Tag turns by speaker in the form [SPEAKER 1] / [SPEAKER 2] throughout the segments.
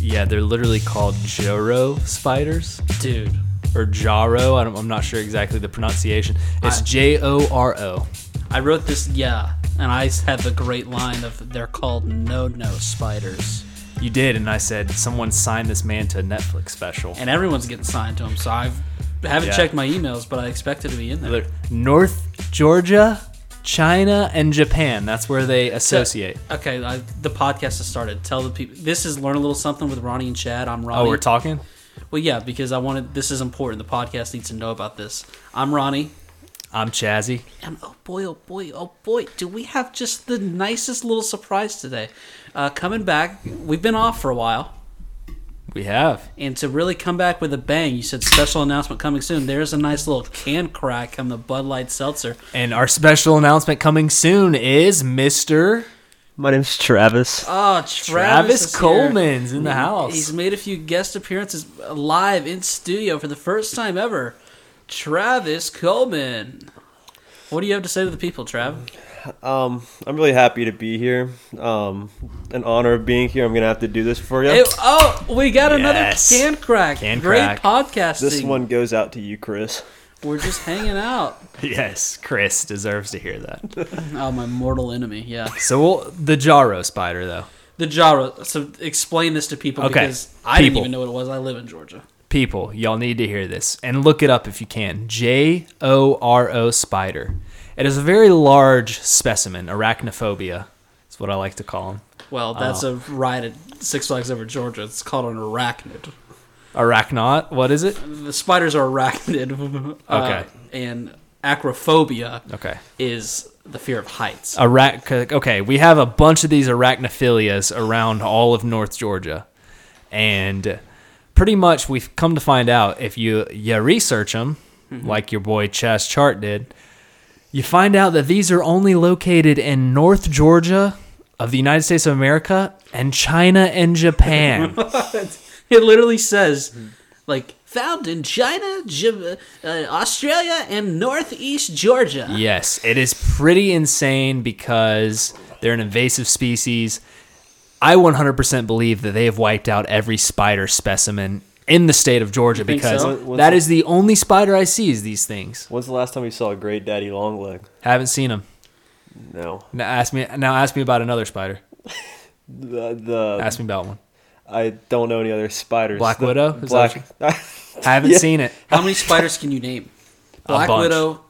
[SPEAKER 1] Yeah, they're literally called Joro spiders
[SPEAKER 2] Dude,
[SPEAKER 1] or Jaro. I don't, I'm not sure exactly the pronunciation. It's J O R O.
[SPEAKER 2] I wrote this, yeah, and I had the great line of they're called no no spiders.
[SPEAKER 1] You did, and I said someone signed this man to a Netflix special.
[SPEAKER 2] And everyone's getting signed to them, so I've, I haven't
[SPEAKER 1] Yeah.
[SPEAKER 2] checked my emails, but I expect it to be in there.
[SPEAKER 1] They're- North Georgia, China, and Japan. That's where they associate.
[SPEAKER 2] Okay, I, the podcast has started. Tell the people. This is Learn a Little Something with Ronnie and Chad. I'm Ronnie.
[SPEAKER 1] Oh, we're talking.
[SPEAKER 2] Well, yeah, because I wanted. This is important. The podcast needs to know about this. I'm Ronnie.
[SPEAKER 1] I'm Chazzy.
[SPEAKER 2] And oh boy, oh boy, oh boy, do we have just the nicest little surprise today. Uh, coming back, we've been off for a while,
[SPEAKER 1] We have.
[SPEAKER 2] and to really come back with a bang, you said special announcement coming soon. There's a nice little can crack on the Bud Light Seltzer.
[SPEAKER 1] And our special announcement coming soon is Mr.
[SPEAKER 3] My name's Travis.
[SPEAKER 2] Oh, Travis,
[SPEAKER 1] Travis,
[SPEAKER 2] is here.
[SPEAKER 1] Coleman's in the house.
[SPEAKER 2] He's made a few guest appearances live in studio for the first time ever. Travis Coleman. What do you have to say to the people, Trav?
[SPEAKER 3] Um, I'm really happy to be here. Um, in honor of being here, I'm gonna have to do this for you.
[SPEAKER 2] Hey, oh, we got
[SPEAKER 1] Yes.
[SPEAKER 2] another can crack.
[SPEAKER 1] Can
[SPEAKER 2] Great
[SPEAKER 1] crack.
[SPEAKER 2] podcasting.
[SPEAKER 3] this one goes out to you, Chris.
[SPEAKER 2] We're just hanging out.
[SPEAKER 1] yes, Chris deserves to hear that.
[SPEAKER 2] Oh, my mortal enemy. Yeah.
[SPEAKER 1] so we'll, the Jaro spider, though.
[SPEAKER 2] The Jaro. So explain this to people
[SPEAKER 1] Okay.
[SPEAKER 2] because I didn't
[SPEAKER 1] People.
[SPEAKER 2] even know what it was. I live in Georgia.
[SPEAKER 1] People, y'all need to hear this and look it up if you can. J O R O spider. It is a very large specimen. Arachnophobia is what I like to call them.
[SPEAKER 2] Well, that's
[SPEAKER 1] Oh.
[SPEAKER 2] a ride at Six Flags over Georgia. It's called an arachnid.
[SPEAKER 1] Arachnot, what is it?
[SPEAKER 2] The spiders are arachnid. uh,
[SPEAKER 1] Okay.
[SPEAKER 2] And acrophobia
[SPEAKER 1] Okay. Oh.
[SPEAKER 2] is the fear of heights.
[SPEAKER 1] Arach- okay, we have a bunch of these arachnophilias around all of North Georgia. And pretty much we've come to find out if you, you research them, like your boy Chas Chart did, you find out that these are only located in North Georgia of the United States of America and China and Japan.
[SPEAKER 2] it literally says, like, found in China, Jim, uh, Australia, and Northeast Georgia.
[SPEAKER 1] Yes, it is pretty insane because they're an invasive species. I 100% believe that they have wiped out every spider specimen in the state of Georgia
[SPEAKER 2] think
[SPEAKER 1] because
[SPEAKER 2] so?
[SPEAKER 3] What- what's
[SPEAKER 1] that
[SPEAKER 3] the-
[SPEAKER 1] is the only spider I see is these things.
[SPEAKER 3] When's the last time you saw a Great Daddy Longleg?
[SPEAKER 1] Haven't seen them.
[SPEAKER 3] No,
[SPEAKER 1] Now ask me now ask me about another spider.
[SPEAKER 3] the, the
[SPEAKER 1] Ask me about one.
[SPEAKER 3] I don't know any other spiders.
[SPEAKER 1] Black
[SPEAKER 3] The-
[SPEAKER 1] Widow? Is
[SPEAKER 3] Black.
[SPEAKER 1] Haven't
[SPEAKER 3] Yeah.
[SPEAKER 1] seen it.
[SPEAKER 2] How many spiders can you name? Black
[SPEAKER 1] bunch.
[SPEAKER 2] Widow,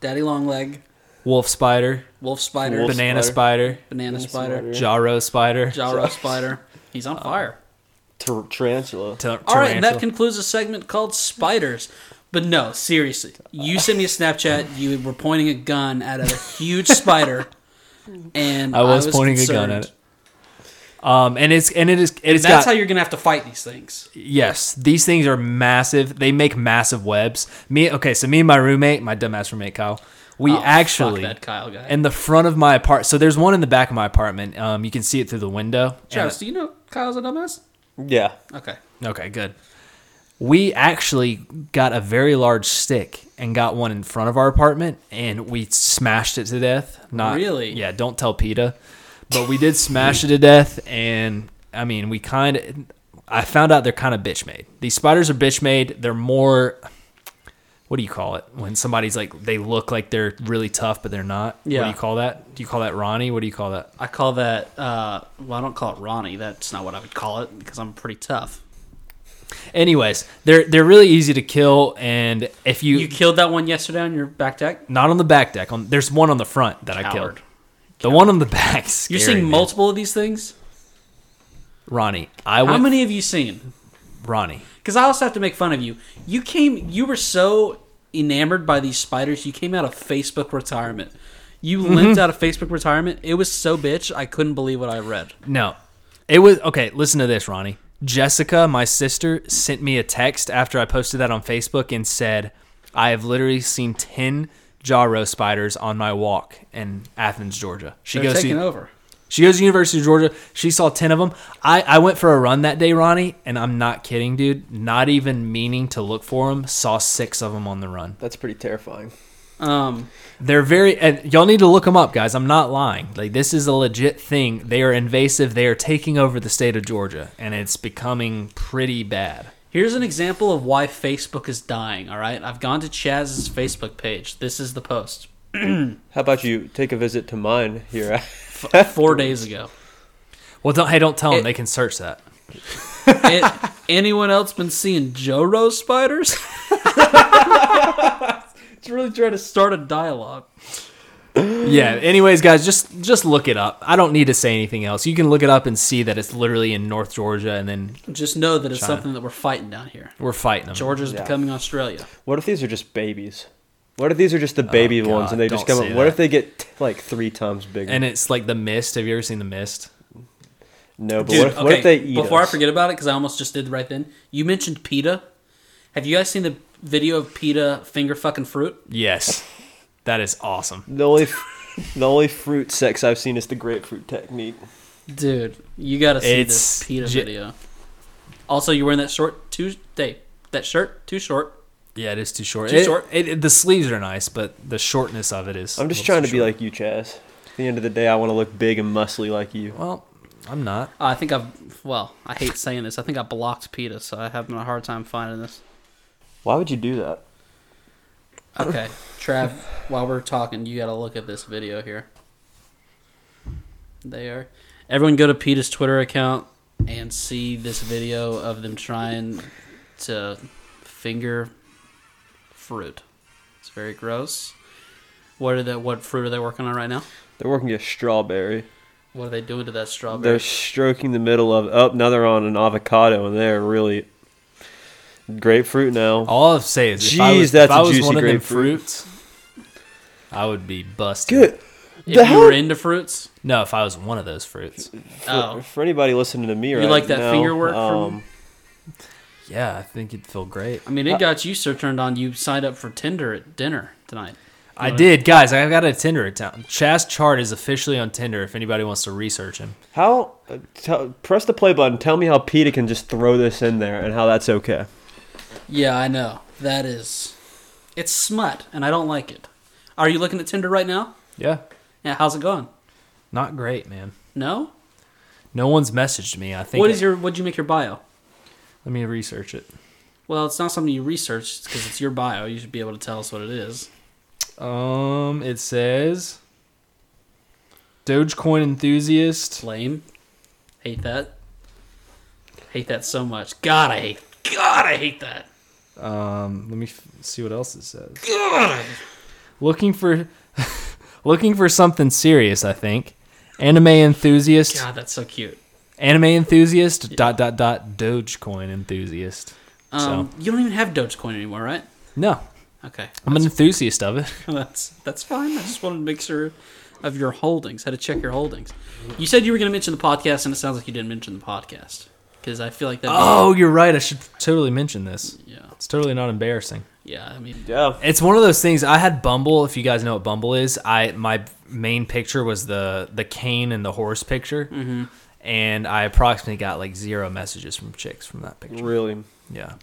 [SPEAKER 2] Daddy Longleg,
[SPEAKER 1] Wolf spider,
[SPEAKER 2] Wolf Spider,
[SPEAKER 3] Wolf
[SPEAKER 1] banana spider, Uh,
[SPEAKER 2] Banana Spider,
[SPEAKER 1] Jaro spider,
[SPEAKER 2] Gyro Spider. He's on fire.
[SPEAKER 3] Tar- tarantula.
[SPEAKER 1] tar-
[SPEAKER 2] All right, and that
[SPEAKER 1] tarantula.
[SPEAKER 2] concludes a segment called Spiders. But no, seriously, you sent me a Snapchat. You were pointing a gun at a huge spider, and
[SPEAKER 1] I was pointing a gun at it. Um, and it's and it is it's got
[SPEAKER 2] That's how you're gonna have to fight these things.
[SPEAKER 1] Yes, these things are massive. They make massive webs. Me, okay, so me and my roommate, my dumbass roommate Kyle, we
[SPEAKER 2] Oh, fuck
[SPEAKER 1] actually
[SPEAKER 2] that Kyle guy.
[SPEAKER 1] in the front of my apart. So there's one in the back of my apartment. Um, you can see it through the window.
[SPEAKER 2] Travis, do you know Kyle's a dumbass?
[SPEAKER 3] Yeah.
[SPEAKER 2] Okay,
[SPEAKER 1] And- okay, good. We actually got a very large stick and got one in front of our apartment, and we smashed it to death. Not
[SPEAKER 2] Really?
[SPEAKER 1] yeah. Don't tell Peta, but we did smash it to death, and I mean, we kind of. I found out they're kind of bitch made. These spiders are bitch made. They're more what do you call it when somebody's like they look like they're really tough but they're not what
[SPEAKER 2] Yeah.
[SPEAKER 1] do you call that do you call that ronnie what do you call that
[SPEAKER 2] I call that. Uh, well, I don't call it Ronnie. That's not what I would call it because I'm pretty tough.
[SPEAKER 1] anyways they're they're really easy to kill and if you,
[SPEAKER 2] You killed that one yesterday on your back deck.
[SPEAKER 1] not on the back deck on there's one on the front that i
[SPEAKER 2] Coward.
[SPEAKER 1] killed the one on the back
[SPEAKER 2] You're
[SPEAKER 1] scary,
[SPEAKER 2] seeing
[SPEAKER 1] man.
[SPEAKER 2] multiple of these things.
[SPEAKER 1] ronnie i
[SPEAKER 2] How
[SPEAKER 1] went
[SPEAKER 2] many have you seen?
[SPEAKER 1] ronnie
[SPEAKER 2] Because I also have to make fun of you. You came. You were so enamored by these spiders. You came out of Facebook retirement. You limped out of Facebook retirement. It was so bitch. I couldn't believe what I read.
[SPEAKER 1] No. It was okay, listen to this, Ronnie. Jessica, my sister, sent me a text after I posted that on Facebook and said, I have literally seen ten Jaro spiders on my walk in Athens, Georgia. She
[SPEAKER 2] They're
[SPEAKER 1] goes
[SPEAKER 2] taking
[SPEAKER 1] to
[SPEAKER 2] over.
[SPEAKER 1] she goes to University of Georgia. She saw ten of them. I, I went for a run that day, Ronnie, and I'm not kidding, dude. Not even meaning to look for them, saw six of them on the run.
[SPEAKER 3] That's pretty terrifying.
[SPEAKER 2] Um,
[SPEAKER 1] They're very and y'all need to look them up, guys. I'm not lying. Like this is a legit thing. They are invasive. They are taking over the state of Georgia, and it's becoming pretty bad.
[SPEAKER 2] here's an example of why Facebook is dying. All right, I've gone to Chaz's Facebook page. This is the post
[SPEAKER 3] How about you take a visit to mine here?
[SPEAKER 2] F- four days ago.
[SPEAKER 1] Well, don't hey, don't tell them.
[SPEAKER 2] It-
[SPEAKER 1] they can search that.
[SPEAKER 2] It, anyone else been seeing Joe Rose spiders? it's really trying to start a dialogue.
[SPEAKER 1] Yeah. Anyways, guys, just just look it up. I don't need to say anything else. You can look it up and see that it's literally in North Georgia, and then
[SPEAKER 2] Just know that it's something that we're fighting down here.
[SPEAKER 1] we're fighting them.
[SPEAKER 2] Georgia's
[SPEAKER 3] Yeah.
[SPEAKER 2] becoming Australia.
[SPEAKER 3] What if these are just babies? What if these are just the baby
[SPEAKER 1] God,
[SPEAKER 3] ones and they just
[SPEAKER 1] don't
[SPEAKER 3] come up?
[SPEAKER 1] say
[SPEAKER 3] What
[SPEAKER 1] that.
[SPEAKER 3] if they get like three times bigger?
[SPEAKER 1] And it's like the mist. Have you ever seen the mist?
[SPEAKER 3] no, but
[SPEAKER 2] Dude,
[SPEAKER 3] what, if,
[SPEAKER 2] okay,
[SPEAKER 3] what if they eat
[SPEAKER 2] before
[SPEAKER 3] us?
[SPEAKER 2] I forget about it, because I almost just did right then. You mentioned PETA. Have you guys seen the video of PETA finger fucking fruit?
[SPEAKER 1] Yes. That is awesome.
[SPEAKER 3] The only, f- the only fruit sex I've seen is the grapefruit technique.
[SPEAKER 2] Dude, you gotta see
[SPEAKER 1] It's
[SPEAKER 2] this PETA
[SPEAKER 1] j-
[SPEAKER 2] video. Also, you're wearing that short too. Day that shirt too short.
[SPEAKER 1] Yeah, it is too short.
[SPEAKER 2] Too
[SPEAKER 1] It-
[SPEAKER 2] short?
[SPEAKER 1] it- it- the sleeves are nice, but the shortness of it is.
[SPEAKER 3] I'm just
[SPEAKER 1] a
[SPEAKER 3] trying
[SPEAKER 1] little
[SPEAKER 3] to
[SPEAKER 1] too
[SPEAKER 3] be
[SPEAKER 1] short.
[SPEAKER 3] like you, Chaz. At the end of the day, I want to look big and muscly like you.
[SPEAKER 1] Well, I'm not.
[SPEAKER 2] Uh, I think I've. Well, I hate saying this. I think I blocked PETA, so I'm having a hard time finding this.
[SPEAKER 3] Why would you do that?
[SPEAKER 2] Okay, Trav. while we're talking, you gotta look at this video here. They are. Everyone, go to PETA's Twitter account and see this video of them trying to finger fruit. It's very gross. What are they, What fruit are they working on right now?
[SPEAKER 3] They're working a strawberry.
[SPEAKER 2] What are they doing to that strawberry?
[SPEAKER 3] They're stroking the middle of. Oh, now they're on an avocado, and they're really grapefruit now.
[SPEAKER 1] All I'll say is, if I was,
[SPEAKER 3] Jeez, that's
[SPEAKER 1] if I
[SPEAKER 3] a
[SPEAKER 1] was
[SPEAKER 3] juicy
[SPEAKER 1] one of them
[SPEAKER 3] grapefruit.
[SPEAKER 1] fruits, I would be busted.
[SPEAKER 3] Good.
[SPEAKER 2] if
[SPEAKER 3] the
[SPEAKER 2] you
[SPEAKER 3] hell-
[SPEAKER 2] were into fruits,
[SPEAKER 1] No, if I was one of those fruits.
[SPEAKER 3] For,
[SPEAKER 2] oh,
[SPEAKER 3] for anybody listening to me right now, um,
[SPEAKER 2] like that finger work from-
[SPEAKER 1] Yeah, I think it'd feel great.
[SPEAKER 2] I mean,
[SPEAKER 3] Uh,
[SPEAKER 2] it got you so turned on. You signed up for Tinder at dinner tonight.
[SPEAKER 1] I did, guys. I got a Tinder account. Chaz Chart is officially on Tinder. If anybody wants to research him,
[SPEAKER 3] How? Uh, tell press the play button. Tell me how Peter can just throw this in there and how that's okay.
[SPEAKER 2] Yeah, I know. That is. It's smut, and I don't like it. Are you looking at Tinder right now?
[SPEAKER 1] yeah,
[SPEAKER 2] Yeah, how's it going?
[SPEAKER 1] not great, man.
[SPEAKER 2] No?
[SPEAKER 1] No one's messaged me. I think.
[SPEAKER 2] what is your what'd you make your bio?
[SPEAKER 1] Let me research it.
[SPEAKER 2] Well, it's not something you researched because it's your bio. You should be able to tell us what it is.
[SPEAKER 1] Um, it says Dogecoin enthusiast.
[SPEAKER 2] It's lame. Hate that. Hate that so much. God, I hate. God, I hate that.
[SPEAKER 1] Um, let me f- see what else it says.
[SPEAKER 2] God.
[SPEAKER 1] Looking for, looking for something serious. I think anime enthusiast.
[SPEAKER 2] God, that's so cute.
[SPEAKER 1] Anime enthusiast. Dot dot dot. Dogecoin enthusiast.
[SPEAKER 2] Um, You don't even have Dogecoin anymore, right?
[SPEAKER 1] No,
[SPEAKER 2] Okay.
[SPEAKER 1] I'm an enthusiast of it.
[SPEAKER 2] That's that's fine. I just wanted to make sure of your holdings. How to check your holdings. You said you were going to mention the podcast, and it sounds like you didn't mention the podcast because I feel like that.
[SPEAKER 1] Oh, you're right. I should totally mention this.
[SPEAKER 2] Yeah,
[SPEAKER 1] It's totally not embarrassing.
[SPEAKER 2] yeah. I mean,
[SPEAKER 3] Yeah.
[SPEAKER 1] It's one of those things. I had Bumble. If you guys know what Bumble is, I my main picture was the the cane and the horse picture,
[SPEAKER 2] Mm-hmm.
[SPEAKER 1] and I approximately got like zero messages from chicks from that picture.
[SPEAKER 3] Really.
[SPEAKER 1] Yeah.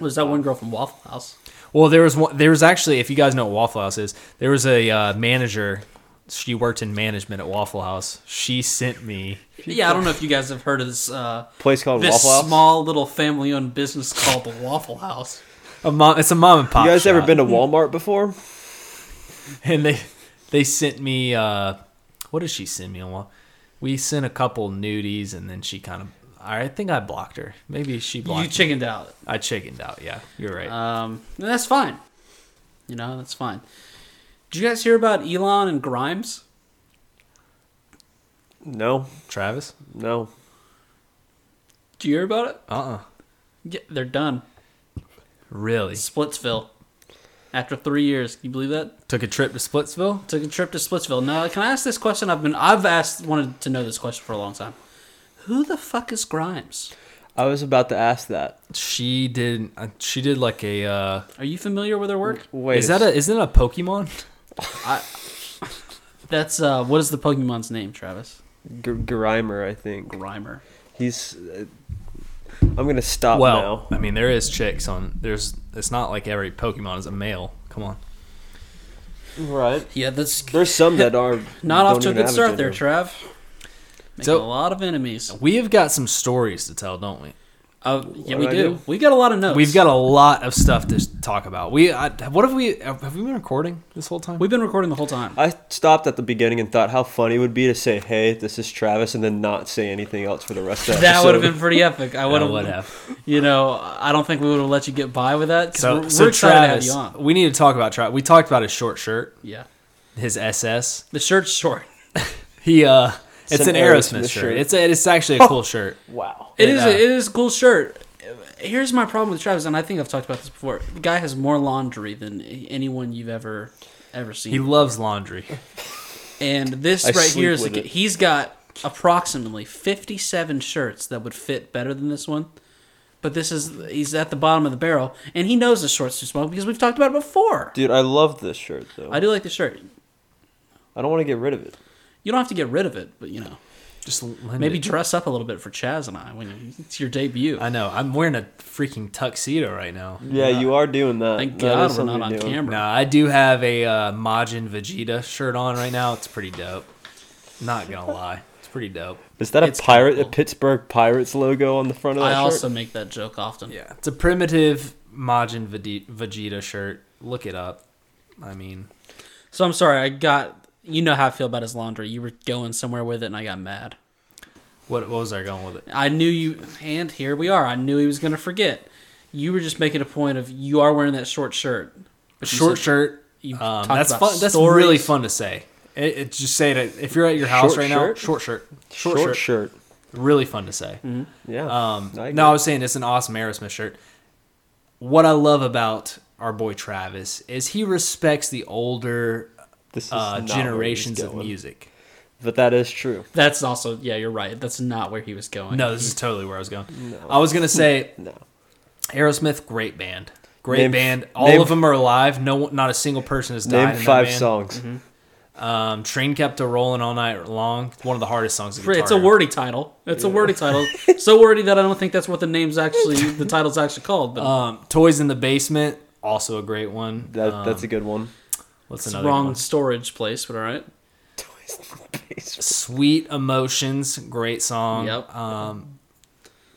[SPEAKER 2] was that one girl from Waffle House?
[SPEAKER 1] Well, there was one. There was actually, if you guys know what Waffle House is, there was a uh, manager. She worked in management at Waffle House. She sent me.
[SPEAKER 2] Yeah, I don't know if you guys have heard of this uh,
[SPEAKER 3] Place called
[SPEAKER 2] this
[SPEAKER 3] Waffle House.
[SPEAKER 2] small little family-owned business called the Waffle House.
[SPEAKER 1] A mom. It's a mom and pop.
[SPEAKER 3] you guys ever
[SPEAKER 1] shop.
[SPEAKER 3] been to Walmart before?
[SPEAKER 1] And they they sent me. Uh, what did she send me? on Wa- We sent a couple nudies, and then she kind of. I think I blocked her. Maybe she
[SPEAKER 2] You
[SPEAKER 1] blocked. me.
[SPEAKER 2] chickened out.
[SPEAKER 1] I chickened out. Yeah, you're right.
[SPEAKER 2] Um, and that's fine. You know, that's fine. Did you guys hear about Elon and Grimes?
[SPEAKER 3] No.
[SPEAKER 1] Travis.
[SPEAKER 3] No.
[SPEAKER 2] Did you hear about it?
[SPEAKER 1] Uh. uh
[SPEAKER 2] Yeah, they're done.
[SPEAKER 1] Really.
[SPEAKER 2] Splitsville. After three years, can you believe that?
[SPEAKER 1] Took a trip to Splitsville.
[SPEAKER 2] Took a trip to Splitsville. Now, can I ask this question? I've been, I've asked, wanted to know this question for a long time. Who the fuck is Grimes?
[SPEAKER 3] I was about to ask that.
[SPEAKER 1] She did. uh, She did like a. Uh,
[SPEAKER 2] Are you familiar with her work?
[SPEAKER 3] Wait.
[SPEAKER 1] is that a? Isn't it a Pokemon?
[SPEAKER 2] That's uh, what is the Pokemon's name, Travis?
[SPEAKER 3] G- Grimer? I think
[SPEAKER 2] Grimer.
[SPEAKER 3] he's. Uh, I'm gonna stop
[SPEAKER 1] Well,
[SPEAKER 3] now.
[SPEAKER 1] I mean, there is chicks on. There's. It's not like every Pokemon is a male. Come on.
[SPEAKER 3] Right.
[SPEAKER 2] Yeah, that's
[SPEAKER 3] There's some that are
[SPEAKER 2] not
[SPEAKER 3] don't
[SPEAKER 2] off to a
[SPEAKER 3] even
[SPEAKER 2] good
[SPEAKER 3] have
[SPEAKER 2] start there,
[SPEAKER 3] gender.
[SPEAKER 2] Trav. Making
[SPEAKER 1] So-
[SPEAKER 2] a lot of enemies.
[SPEAKER 1] We have got some stories to tell, don't we?
[SPEAKER 2] Uh, yeah,
[SPEAKER 3] What
[SPEAKER 2] we
[SPEAKER 3] do I
[SPEAKER 2] Oh, do.
[SPEAKER 3] do?
[SPEAKER 2] We got a lot of notes.
[SPEAKER 1] We've got a lot of stuff to talk about. We I, what have we have we been recording this whole time?
[SPEAKER 2] We've been recording the whole time.
[SPEAKER 3] I stopped at the beginning and thought how funny it would be to say, "Hey, this is Travis," and then not say anything else for the rest of the
[SPEAKER 2] That
[SPEAKER 3] episode.
[SPEAKER 2] would have been pretty epic. I would
[SPEAKER 1] I would have.
[SPEAKER 2] You know, I don't think we would have let you get by with that. 'cause
[SPEAKER 1] So,
[SPEAKER 2] we're,
[SPEAKER 1] so
[SPEAKER 2] we're excited
[SPEAKER 1] Travis,
[SPEAKER 2] to have you on.
[SPEAKER 1] we need to talk about Travis. We talked about his short shirt,
[SPEAKER 2] Yeah,
[SPEAKER 1] his SS.
[SPEAKER 2] the shirt's short.
[SPEAKER 1] He uh, it's,
[SPEAKER 3] an
[SPEAKER 1] an Aerosmith,
[SPEAKER 3] Aerosmith
[SPEAKER 1] shirt.
[SPEAKER 3] shirt.
[SPEAKER 1] It's a, it's actually
[SPEAKER 2] Oh.
[SPEAKER 1] a cool shirt.
[SPEAKER 3] wow.
[SPEAKER 2] It
[SPEAKER 1] It,
[SPEAKER 2] is.
[SPEAKER 1] uh,
[SPEAKER 2] a, it is a cool shirt. Here's my problem with Travis, and I think I've talked about this before. The guy has more laundry than anyone you've ever ever seen.
[SPEAKER 1] He loves laundry.
[SPEAKER 2] and this
[SPEAKER 3] I
[SPEAKER 2] right
[SPEAKER 3] sleep
[SPEAKER 2] here is
[SPEAKER 3] with
[SPEAKER 2] the,
[SPEAKER 3] it.
[SPEAKER 2] he's got approximately 57 shirts that would fit better than this one. But this is he's at the bottom of the barrel, and he knows the short's too small because we've talked about it before.
[SPEAKER 3] Dude, I love this shirt though.
[SPEAKER 2] I
[SPEAKER 3] I,
[SPEAKER 2] do like the shirt.
[SPEAKER 3] don't want to get rid of it.
[SPEAKER 2] You don't have to get rid of it, but you know.
[SPEAKER 1] Just lend
[SPEAKER 2] Maybe
[SPEAKER 1] it.
[SPEAKER 2] dress up a little bit for Chaz and I when it's your debut.
[SPEAKER 1] I know. I'm wearing a freaking tuxedo right now.
[SPEAKER 3] Yeah, you are doing that.
[SPEAKER 2] Thank
[SPEAKER 3] That
[SPEAKER 2] God
[SPEAKER 3] is
[SPEAKER 2] we're not
[SPEAKER 3] something
[SPEAKER 2] on
[SPEAKER 3] new.
[SPEAKER 2] camera.
[SPEAKER 1] No, I do have a uh, Majin Vegeta shirt on right now. It's pretty dope. Not gonna lie, it's pretty dope.
[SPEAKER 3] Is that a
[SPEAKER 2] It's
[SPEAKER 3] pirate,
[SPEAKER 2] cool.
[SPEAKER 3] a Pittsburgh Pirates logo on the front of that
[SPEAKER 2] I
[SPEAKER 3] shirt?
[SPEAKER 2] also make that joke often.
[SPEAKER 1] Yeah, it's a primitive Majin Vede- Vegeta shirt. Look it up. I mean,
[SPEAKER 2] So I'm sorry, I got you know how I feel about his laundry. You were going somewhere with it and I got mad.
[SPEAKER 1] what what was I going with it?
[SPEAKER 2] I knew you and here we are. I knew he was gonna forget. You were just making a point of you are wearing that short shirt. But you
[SPEAKER 1] short
[SPEAKER 2] said
[SPEAKER 1] shirt.
[SPEAKER 2] you
[SPEAKER 1] Um,
[SPEAKER 2] talked
[SPEAKER 1] that's
[SPEAKER 2] about
[SPEAKER 1] fun. That's
[SPEAKER 2] stories.
[SPEAKER 1] really fun to say. It, it just say that if you're at your house
[SPEAKER 3] Short
[SPEAKER 1] right
[SPEAKER 3] shirt?
[SPEAKER 1] now, short shirt, short, shirt,
[SPEAKER 3] short, shirt.
[SPEAKER 1] really fun to say.
[SPEAKER 3] Yeah.
[SPEAKER 1] Um,
[SPEAKER 3] I
[SPEAKER 1] no, I
[SPEAKER 3] agree.
[SPEAKER 1] was saying it's an awesome Aerosmith shirt. What I love about our boy Travis is he respects the older
[SPEAKER 3] This is
[SPEAKER 1] uh,
[SPEAKER 3] not where he's
[SPEAKER 1] generations of
[SPEAKER 3] going.
[SPEAKER 1] music.
[SPEAKER 3] But that is true.
[SPEAKER 2] That's also yeah, you're right. That's not where he was going.
[SPEAKER 1] No, this is totally where I was going. I was gonna say
[SPEAKER 3] No.
[SPEAKER 1] Aerosmith, great band, great
[SPEAKER 3] Name-
[SPEAKER 1] band. All
[SPEAKER 3] name-
[SPEAKER 1] of them are alive. No, one- not a single person has died.
[SPEAKER 3] Name
[SPEAKER 1] in that
[SPEAKER 3] five
[SPEAKER 1] band. Mm-hmm.
[SPEAKER 3] songs.
[SPEAKER 1] Um, Train kept a rolling all night long. One of the hardest songs. of
[SPEAKER 2] It's a
[SPEAKER 1] guitar.
[SPEAKER 2] wordy title. It's a wordy title. So wordy that I don't think that's what the name's actually the title's actually called, but
[SPEAKER 1] Um, Toys in the Basement, also a great one.
[SPEAKER 3] That,
[SPEAKER 1] um,
[SPEAKER 3] that's a good one.
[SPEAKER 1] what's
[SPEAKER 2] it's
[SPEAKER 1] another
[SPEAKER 2] wrong
[SPEAKER 1] one?
[SPEAKER 2] storage place, but all right.
[SPEAKER 1] Sweet Emotions, great song.
[SPEAKER 2] Yep.
[SPEAKER 1] Um,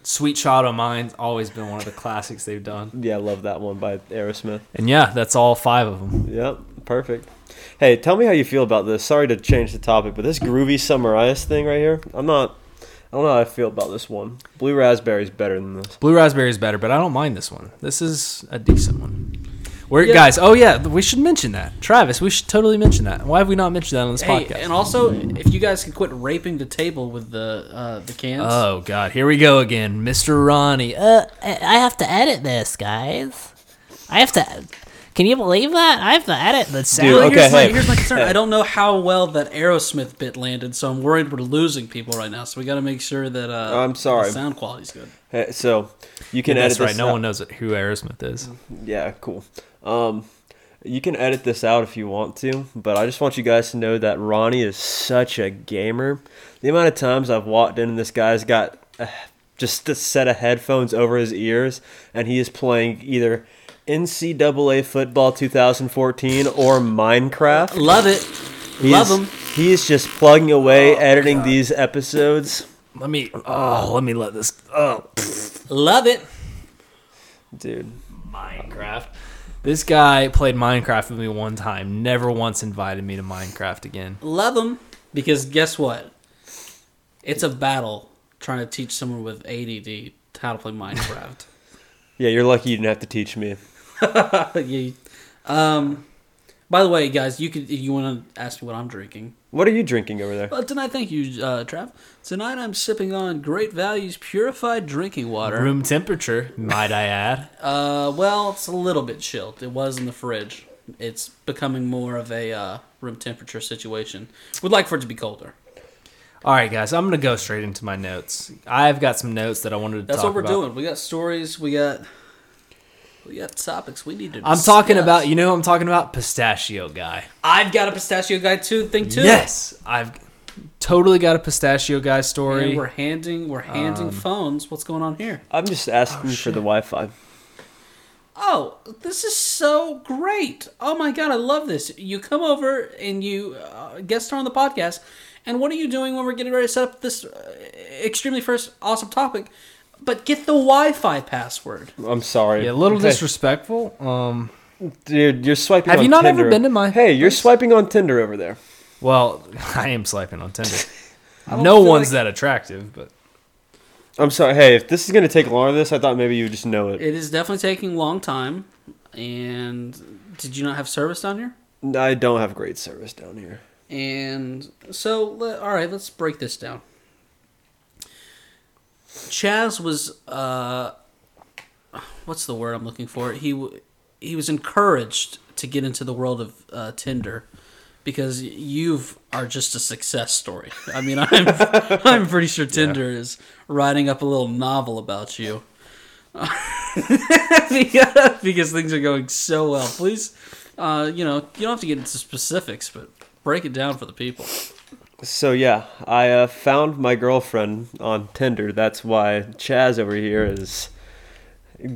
[SPEAKER 1] Sweet Child of Mine's always been one of the classics they've done.
[SPEAKER 3] Yeah, I love that one by Aerosmith.
[SPEAKER 1] And yeah, that's all five of them.
[SPEAKER 3] Yep, perfect. Hey, tell me how you feel about this. Sorry to change the topic, but this groovy summer ice thing right here, I'm not. I don't know how I feel about this one. Blue raspberry's better than this.
[SPEAKER 1] Blue Raspberry is better, but I don't mind this one. This is a decent one. We're,
[SPEAKER 2] Yeah.
[SPEAKER 1] Guys, oh yeah, we should mention that. Travis, we should totally mention that. Why have we not mentioned that on this
[SPEAKER 2] Hey,
[SPEAKER 1] podcast?
[SPEAKER 2] and also if you guys could quit raping the table with the uh, the cans.
[SPEAKER 1] Oh God, here we go again, Mr. Ronnie. Uh,
[SPEAKER 4] I I have to edit this, guys. I have to. Can you believe that? I have to edit the sound.
[SPEAKER 3] Dude,
[SPEAKER 2] Well,
[SPEAKER 3] okay,
[SPEAKER 2] here's, my,
[SPEAKER 3] hey.
[SPEAKER 2] here's my concern. I don't know how well that Aerosmith bit landed, so I'm worried we're losing people right now. So we got to make sure that uh,
[SPEAKER 3] Oh, I'm sorry.
[SPEAKER 2] the sound quality's good.
[SPEAKER 3] Hey, so you can edit
[SPEAKER 1] that's right.
[SPEAKER 3] this
[SPEAKER 1] No
[SPEAKER 3] out.
[SPEAKER 1] one knows who Aerosmith is.
[SPEAKER 3] Yeah, cool. Um, you can edit this out if you want to, but I just want you guys to know that Ronnie is such a gamer. The amount of times I've walked in and this guy's got uh, just a set of headphones over his ears, and he is playing either NCAA football 2014 or Minecraft.
[SPEAKER 2] Love it.
[SPEAKER 3] He
[SPEAKER 2] Love
[SPEAKER 3] is-
[SPEAKER 2] him. Oh,
[SPEAKER 3] He is just plugging away, editing these episodes.
[SPEAKER 1] Let me. Oh, let me let this. Oh,
[SPEAKER 2] Love it.
[SPEAKER 3] Dude,
[SPEAKER 1] Minecraft. This guy played Minecraft with me one time. Never once invited me to Minecraft again.
[SPEAKER 2] Love him. Because guess what? It's a battle trying to teach someone with ADD how to play Minecraft.
[SPEAKER 3] yeah, you're lucky you didn't have to teach me.
[SPEAKER 2] Yeah. um, by the way, guys, you could if you want to ask me what I'm drinking.
[SPEAKER 3] What are you drinking over there?
[SPEAKER 2] Well, tonight, thank you, uh, Trav. Tonight, I'm sipping on Great Values purified drinking water.
[SPEAKER 1] Room temperature, might I add.
[SPEAKER 2] Uh, well, it's a little bit chilled. It was in the fridge. It's becoming more of a uh, room temperature situation. Would like for it to be colder.
[SPEAKER 1] All right, guys, I'm gonna go straight into my notes. I've got some notes that I wanted to
[SPEAKER 2] That's
[SPEAKER 1] talk
[SPEAKER 2] what we're
[SPEAKER 1] about.
[SPEAKER 2] doing. We got stories. We got we got topics we need to.
[SPEAKER 1] I'm talking
[SPEAKER 2] discuss.
[SPEAKER 1] about. You know, who I'm talking about pistachio guy.
[SPEAKER 2] I've got a pistachio guy too thing too.
[SPEAKER 1] Yes, I've totally got a pistachio guy story.
[SPEAKER 2] And we're
[SPEAKER 1] Um,
[SPEAKER 2] handing we're handing phones. What's going on here?
[SPEAKER 3] I'm just asking for the Wi Fi.
[SPEAKER 2] oh, this is so great. Oh my God, I love this. You come over and you uh, guest star on the podcast. And what are you doing when we're getting ready to set up this uh, extremely first awesome topic? But get the Wi Fi password.
[SPEAKER 3] I'm sorry.
[SPEAKER 1] Yeah, a little
[SPEAKER 3] Okay.
[SPEAKER 1] disrespectful. Um,
[SPEAKER 3] Dude, you're swiping.
[SPEAKER 1] Have
[SPEAKER 3] on
[SPEAKER 1] you not ever
[SPEAKER 3] Tinder.
[SPEAKER 1] been to my
[SPEAKER 3] Hey, you're
[SPEAKER 1] place?
[SPEAKER 3] swiping on Tinder over there.
[SPEAKER 1] well, I am swiping on Tinder.
[SPEAKER 2] don't
[SPEAKER 1] no
[SPEAKER 2] feel
[SPEAKER 1] one's
[SPEAKER 2] like-
[SPEAKER 1] that attractive, but
[SPEAKER 3] I'm sorry. Hey, if this is gonna take longer than this, I thought maybe you would just know it.
[SPEAKER 2] It is definitely taking a long time. And did you not have service down here?
[SPEAKER 3] I don't have great service down here.
[SPEAKER 2] And so, le- all right, let's break this down. Chaz was, uh, what's the word I'm looking for? He w- he was encouraged to get into the world of uh, Tinder because you've are just a success story. I mean, I'm I'm pretty sure Tinder is writing up a little novel about you because things are going so well. Please, uh, you know, you don't have to get into specifics, but break it down for the people.
[SPEAKER 3] So yeah, I uh, found my girlfriend on Tinder. That's why Chaz over here is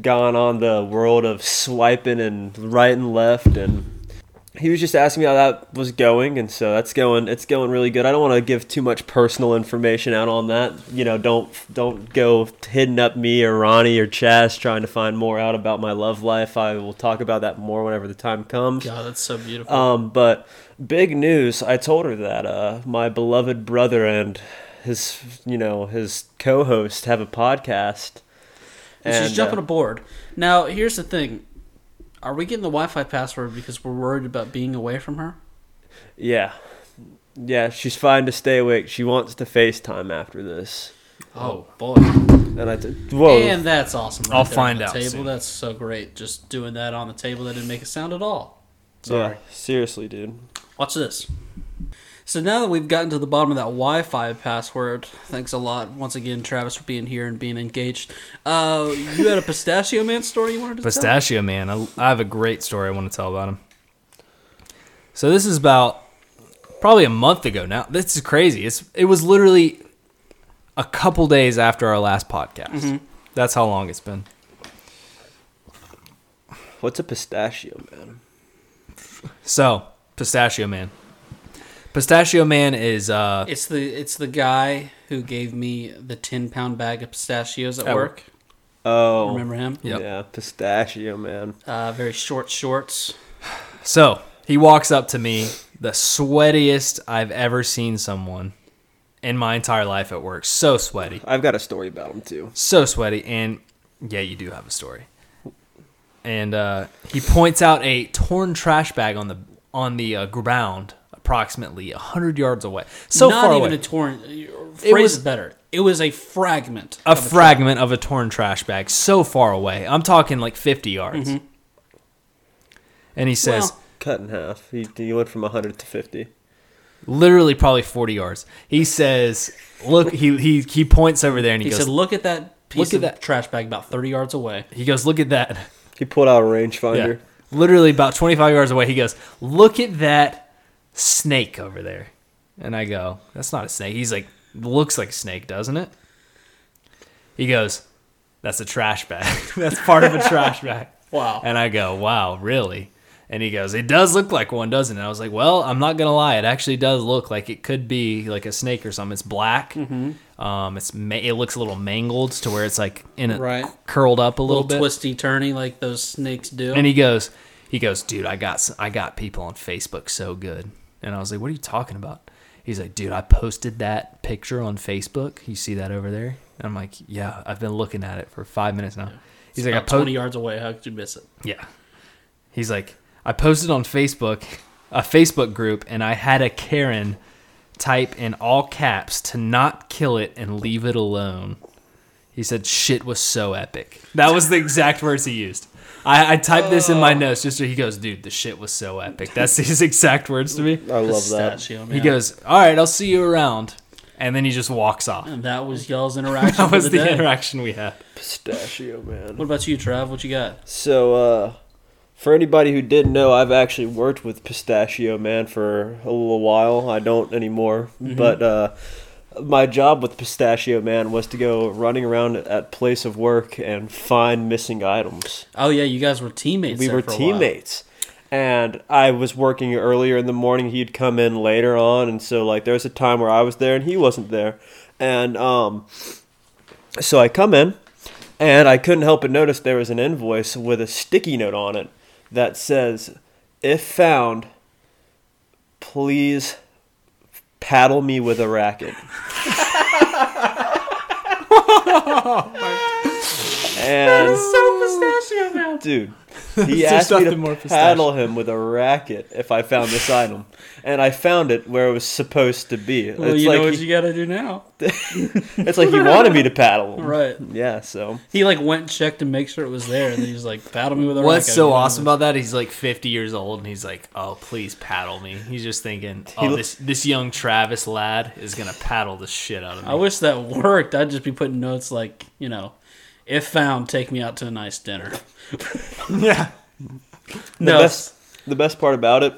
[SPEAKER 3] gone on the world of swiping and right and left and he was just asking me how that was going and so that's going it's going really good. I don't want to give too much personal information out on that. You know, don't don't go hitting up me or Ronnie or Chaz trying to find more out about my love life. I will talk about that more whenever the time comes.
[SPEAKER 2] God, that's so beautiful.
[SPEAKER 3] Um, but big news! I told her that uh, my beloved brother and his, you know, his co-host have a podcast.
[SPEAKER 2] And she's jumping
[SPEAKER 3] uh,
[SPEAKER 2] aboard. Now, here's the thing: Are we getting the Wi-Fi password because we're worried about being away from her?
[SPEAKER 3] yeah, yeah. She's fine to stay awake. She wants to FaceTime after this.
[SPEAKER 2] Oh boy!
[SPEAKER 3] And I, t- whoa,
[SPEAKER 2] And that's awesome.
[SPEAKER 1] I'll
[SPEAKER 2] there
[SPEAKER 1] find
[SPEAKER 2] on the
[SPEAKER 1] out
[SPEAKER 2] Table,
[SPEAKER 1] soon.
[SPEAKER 2] that's so great. Just doing that on the table that didn't make a sound at all.
[SPEAKER 3] sorry. seriously, dude.
[SPEAKER 2] Watch this. So now that we've gotten to the bottom of that Wi-Fi password, thanks a lot once again, Travis, for being here and being engaged. Uh, you had a pistachio man story you wanted to tell?
[SPEAKER 1] Pistachio Man. I, I have a great story I want to tell about him. So this is about probably a month ago now. This is crazy. It's it was literally a couple days after our last podcast.
[SPEAKER 2] Mm-hmm.
[SPEAKER 1] That's how long it's been.
[SPEAKER 3] What's a pistachio, man?
[SPEAKER 1] So Pistachio Man. Pistachio Man is uh
[SPEAKER 2] It's the it's the guy who gave me the ten pound bag of pistachios at
[SPEAKER 1] At
[SPEAKER 2] work.
[SPEAKER 3] Oh,
[SPEAKER 2] Remember him?
[SPEAKER 1] Yep.
[SPEAKER 3] yeah, pistachio, man.
[SPEAKER 2] Uh, very short shorts.
[SPEAKER 1] so he walks up to me, the sweatiest I've ever seen someone in my entire life at work. So sweaty.
[SPEAKER 3] I've got a story about him too.
[SPEAKER 1] so sweaty and yeah you do have a story and uh, he points out a torn trash bag on the on the uh, ground approximately 100 yards away so
[SPEAKER 2] not
[SPEAKER 1] far
[SPEAKER 2] even
[SPEAKER 1] away
[SPEAKER 2] a torn. uh, Phrase
[SPEAKER 1] It was-
[SPEAKER 2] is better. It was a fragment.
[SPEAKER 1] a
[SPEAKER 2] of
[SPEAKER 1] fragment of a torn trash bag so far away i'm talking like 50 yards and he says
[SPEAKER 2] Mm-hmm. Well-
[SPEAKER 3] Cut in half. He, he went from hundred to fifty.
[SPEAKER 1] literally probably 40 yards he says look he he, he points over there and he,
[SPEAKER 2] He
[SPEAKER 1] goes
[SPEAKER 2] said, "Look at that piece
[SPEAKER 1] Look at
[SPEAKER 2] of
[SPEAKER 1] that-
[SPEAKER 2] trash bag about thirty yards away."
[SPEAKER 1] he goes look at that
[SPEAKER 3] He pulled out a
[SPEAKER 1] yeah.
[SPEAKER 3] rangefinder.
[SPEAKER 1] literally about 25 yards away he goes look at that snake over there and i go that's not a snake he's like looks like a snake doesn't it he goes that's a trash bag that's part of a trash bag
[SPEAKER 2] Wow.
[SPEAKER 1] and i go wow really and he goes it does look like one doesn't it and i was like well i'm not gonna lie it actually does look like it could be like a snake or something it's black
[SPEAKER 2] Mm-hmm.
[SPEAKER 1] um, it's ma- it looks a little mangled to where it's like in a
[SPEAKER 2] Right.
[SPEAKER 1] curled up a
[SPEAKER 2] A little
[SPEAKER 1] little bit
[SPEAKER 2] twisty turny like those snakes do.
[SPEAKER 1] and he goes, he goes, dude, I got s- I got people on Facebook so good. And I was like, what are you talking about? He's like, dude, I posted that picture on Facebook. You see that over there? And I'm like, yeah, I've been looking at it for five minutes now. He's like, I
[SPEAKER 2] About twenty
[SPEAKER 1] posted.
[SPEAKER 2] yards away. How could you miss it?
[SPEAKER 1] Yeah. He's like, I posted on Facebook, a Facebook group, and I had a Karen type in all caps to not kill it and leave it alone. He said, shit was so epic. That was the exact words he used. I, I typed this in
[SPEAKER 2] Oh.
[SPEAKER 1] my notes just so he goes, dude, the shit was so epic. That's his exact words to me.
[SPEAKER 3] I love that.
[SPEAKER 2] Pistachio,
[SPEAKER 1] He
[SPEAKER 2] man.
[SPEAKER 1] goes, all right, I'll see you around. And then he just walks off.
[SPEAKER 2] And that was y'all's interaction.
[SPEAKER 1] That was
[SPEAKER 2] for the,
[SPEAKER 1] the
[SPEAKER 2] day.
[SPEAKER 1] interaction we had.
[SPEAKER 3] Pistachio, man.
[SPEAKER 2] What about you, Trav? What you got?
[SPEAKER 3] So, uh, for anybody who didn't know, I've actually worked with Pistachio Man for a little while. I don't anymore, but uh, my job with Pistachio Man was to go running around at place of work and find missing items.
[SPEAKER 2] Oh yeah, you guys were teammates.
[SPEAKER 3] we
[SPEAKER 2] there
[SPEAKER 3] were
[SPEAKER 2] for a while.
[SPEAKER 3] teammates. And I was working earlier in the morning. He'd come in later on, and so like there was a time where I was there and he wasn't there, and um, so I come in, and I couldn't help but notice there was an invoice with a sticky note on it that says, "If found, please paddle me with a racket." and dude. He
[SPEAKER 1] There's
[SPEAKER 3] asked me
[SPEAKER 1] nothing more
[SPEAKER 3] to paddle him with a racket if I found this item, and I found it where it was supposed to be.
[SPEAKER 2] Well,
[SPEAKER 3] it's
[SPEAKER 2] you
[SPEAKER 3] like
[SPEAKER 2] know what
[SPEAKER 3] he,
[SPEAKER 2] you gotta do now,
[SPEAKER 3] it's like he wanted me to paddle him.
[SPEAKER 2] right?
[SPEAKER 3] Yeah. So
[SPEAKER 2] He like went and checked to make sure it was there, and then he's like, "Paddle me with a
[SPEAKER 1] What's
[SPEAKER 2] racket."
[SPEAKER 1] so awesome about that? He's like 50 years old, and he's like, "Oh, please paddle me." He's just thinking,
[SPEAKER 3] He
[SPEAKER 1] "Oh,
[SPEAKER 3] lo-
[SPEAKER 1] this this young Travis lad is gonna paddle the shit out of me."
[SPEAKER 2] I wish that worked. I'd just be putting notes like, you know, if found, take me out to a nice dinner.
[SPEAKER 1] yeah.
[SPEAKER 2] No,
[SPEAKER 3] the best the best part about it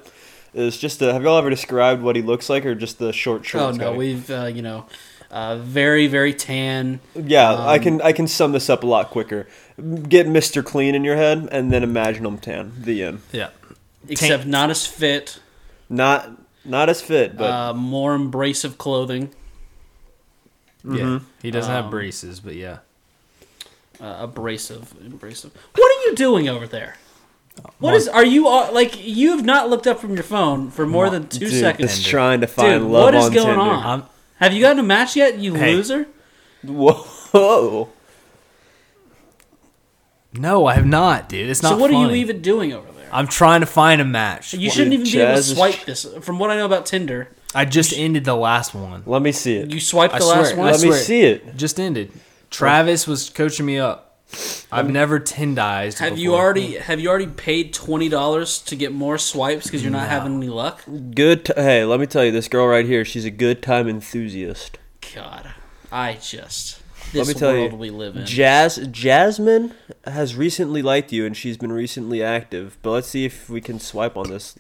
[SPEAKER 3] is just the, have y'all ever described what he looks like or just the short
[SPEAKER 2] oh
[SPEAKER 3] shorts?
[SPEAKER 2] no,
[SPEAKER 3] guy?
[SPEAKER 2] we've uh, you know, uh, very very tan.
[SPEAKER 3] yeah. I
[SPEAKER 2] Um,
[SPEAKER 3] can I can sum this up a lot quicker. Get Mister Clean in your head and then imagine him tan. The end.
[SPEAKER 1] Yeah.
[SPEAKER 2] except not as fit,
[SPEAKER 3] Not not as fit, but
[SPEAKER 2] uh, more embracive clothing,
[SPEAKER 1] Yeah. He doesn't have
[SPEAKER 2] Um,
[SPEAKER 1] braces, but yeah.
[SPEAKER 2] uh, abrasive, abrasive. What are you doing over there? What is? Are you all- like? You have not looked up from your phone for more than two
[SPEAKER 3] dude,
[SPEAKER 2] seconds.
[SPEAKER 3] just trying to find
[SPEAKER 2] Dude,
[SPEAKER 3] love
[SPEAKER 2] what is
[SPEAKER 3] on
[SPEAKER 2] going
[SPEAKER 3] Tinder.
[SPEAKER 2] on? Um,
[SPEAKER 1] I'm-
[SPEAKER 2] have you gotten a match yet, you
[SPEAKER 1] Hey.
[SPEAKER 2] loser?
[SPEAKER 3] Whoa.
[SPEAKER 1] No, I have not, dude. It's not.
[SPEAKER 2] So what are you
[SPEAKER 1] funny.
[SPEAKER 2] even doing over there?
[SPEAKER 1] I'm trying to find a match.
[SPEAKER 2] You shouldn't even be able to
[SPEAKER 3] Jazz is-
[SPEAKER 2] swipe this. From what I know about Tinder,
[SPEAKER 1] I just ended the last one.
[SPEAKER 3] Let me see it.
[SPEAKER 2] you swiped
[SPEAKER 1] I
[SPEAKER 2] the last
[SPEAKER 1] swear,
[SPEAKER 2] one.
[SPEAKER 1] I
[SPEAKER 3] Let me
[SPEAKER 1] swear.
[SPEAKER 3] see it.
[SPEAKER 1] Just ended. Travis was coaching me up. I've never tendized.
[SPEAKER 2] Um, Have you
[SPEAKER 1] before.
[SPEAKER 2] already have you already paid twenty dollars to get more swipes because you're not having any luck?
[SPEAKER 3] Good. T- hey, let me tell you, this girl right here, she's a good time enthusiast.
[SPEAKER 2] God, I just this
[SPEAKER 3] me tell
[SPEAKER 2] world
[SPEAKER 3] you,
[SPEAKER 2] we live in.
[SPEAKER 3] Jazz Jasmine has recently liked you, and she's been recently active. But let's see if we can swipe on this.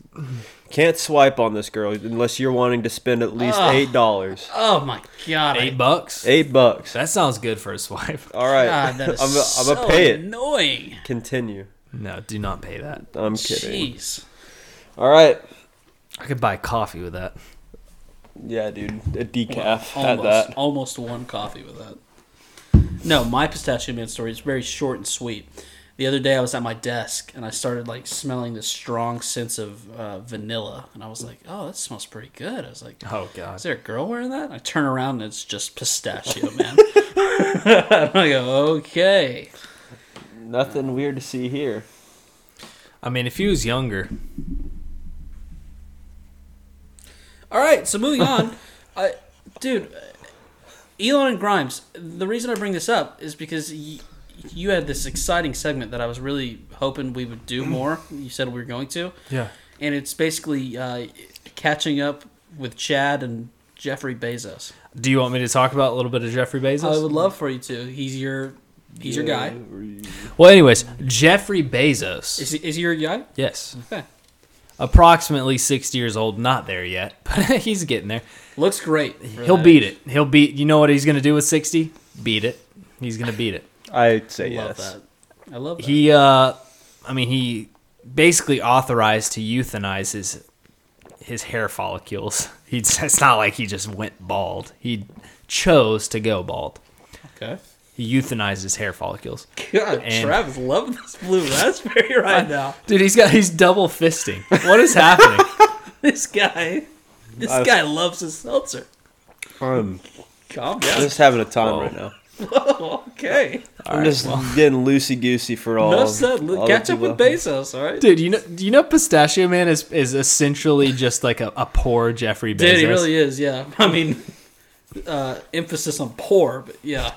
[SPEAKER 3] Can't swipe on this girl unless you're wanting to spend at least
[SPEAKER 2] Ugh.
[SPEAKER 3] eight dollars,
[SPEAKER 2] oh my God,
[SPEAKER 1] eight
[SPEAKER 2] I,
[SPEAKER 1] bucks?
[SPEAKER 3] eight bucks.
[SPEAKER 1] That sounds good for a swipe.
[SPEAKER 3] All right,
[SPEAKER 2] God, that is
[SPEAKER 3] I'm gonna- I'm
[SPEAKER 2] so
[SPEAKER 3] gonna pay it.
[SPEAKER 2] annoying.
[SPEAKER 3] Continue.
[SPEAKER 1] No, do not pay that.
[SPEAKER 3] I'm kidding.
[SPEAKER 2] Jeez,
[SPEAKER 3] All right.
[SPEAKER 1] I could buy coffee with that.
[SPEAKER 3] Yeah, dude, a decaf at
[SPEAKER 2] almost
[SPEAKER 3] that.
[SPEAKER 2] almost one coffee with that. No, my pistachio man story is very short and sweet. The other day I was at my desk and I started like smelling this strong sense of uh, vanilla, and I was like, "Oh, that smells pretty good." I was like,
[SPEAKER 1] Oh
[SPEAKER 2] Is
[SPEAKER 1] god.
[SPEAKER 2] there a girl wearing that? I turn around and it's just pistachio, man. I go, okay.
[SPEAKER 3] Nothing weird to see here.
[SPEAKER 1] I mean, if he was younger,
[SPEAKER 2] All right, so moving on. I, dude, Elon and Grimes, the reason I bring this up is because y- you had this exciting segment that I was really hoping we would do more. You said we were going to.
[SPEAKER 1] yeah.
[SPEAKER 2] And it's basically uh, catching up with Chad and Jeffrey Bezos.
[SPEAKER 1] Do you want me to talk about a little bit of Jeffrey Bezos?
[SPEAKER 2] I would love for you to. He's your. He's your guy.
[SPEAKER 1] well, anyways, Jeffrey Bezos.
[SPEAKER 2] Is he, is he your guy?
[SPEAKER 1] yes.
[SPEAKER 2] Okay.
[SPEAKER 1] Approximately 60 years old, not there yet, but he's getting there.
[SPEAKER 2] Looks great. for
[SPEAKER 1] He'll
[SPEAKER 2] that
[SPEAKER 1] beat it. He'll beat You know what he's going to do with 60? Beat it. He's going to beat it.
[SPEAKER 3] I'd say
[SPEAKER 2] love
[SPEAKER 3] yes.
[SPEAKER 2] that. I love that.
[SPEAKER 1] He uh I mean, he basically authorized to euthanize his his hair follicles. He it's not like he just went bald. He chose to go bald.
[SPEAKER 2] okay.
[SPEAKER 1] He euthanized his hair follicles.
[SPEAKER 2] God,
[SPEAKER 1] And-
[SPEAKER 2] Travis loving this blue raspberry right now.
[SPEAKER 1] Dude, he's got he's double fisting. What is happening?
[SPEAKER 2] This guy, this
[SPEAKER 3] I've-
[SPEAKER 2] guy loves his seltzer.
[SPEAKER 3] I'm
[SPEAKER 2] Calm down.
[SPEAKER 3] just having a time right now.
[SPEAKER 2] okay.
[SPEAKER 3] I'm just getting loosey goosey for all.
[SPEAKER 2] Enough
[SPEAKER 3] of-
[SPEAKER 2] said.
[SPEAKER 3] Oh, all
[SPEAKER 2] Look,
[SPEAKER 3] the
[SPEAKER 2] catch up
[SPEAKER 3] people.
[SPEAKER 2] with Bezos, all right?
[SPEAKER 1] Dude, you know you know Pistachio Man is is essentially just like a, a poor Jeffrey Bezos.
[SPEAKER 2] Dude, he really is. Yeah. I mean, uh, emphasis on poor, but yeah.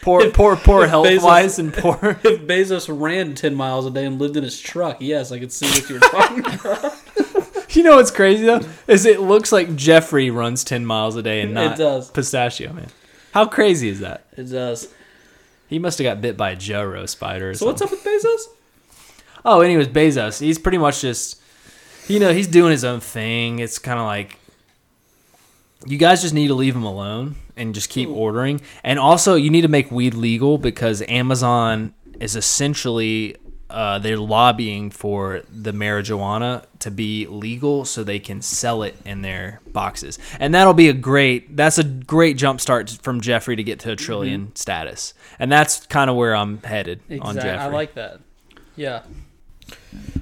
[SPEAKER 1] poor poor poor
[SPEAKER 2] If Bezos-
[SPEAKER 1] health wise and poor
[SPEAKER 2] If Bezos ran ten miles a day and lived in his truck, yes, I could see what you were talking about.
[SPEAKER 1] You know what's crazy though is it looks like Jeffrey runs ten miles a day and not
[SPEAKER 2] does.
[SPEAKER 1] pistachio man. How crazy is that?
[SPEAKER 2] It does.
[SPEAKER 1] He must have got bit by a Joro spider. Or
[SPEAKER 2] So what's
[SPEAKER 1] something.
[SPEAKER 2] up with Bezos?
[SPEAKER 1] Oh, anyways, Bezos. He's pretty much just, you know, he's doing his own thing. It's kind of like you guys just need to leave them alone and just keep ordering. And also, you need to make weed legal because Amazon is essentially uh, they're lobbying for the marijuana to be legal so they can sell it in their boxes. And that'll be a great that's a great jump start from Jeffrey to get to a 1000000000000 status. And that's kind of where I'm headed on
[SPEAKER 2] Exactly.
[SPEAKER 1] Jeffrey.
[SPEAKER 2] Mm-hmm. I like that. Yeah.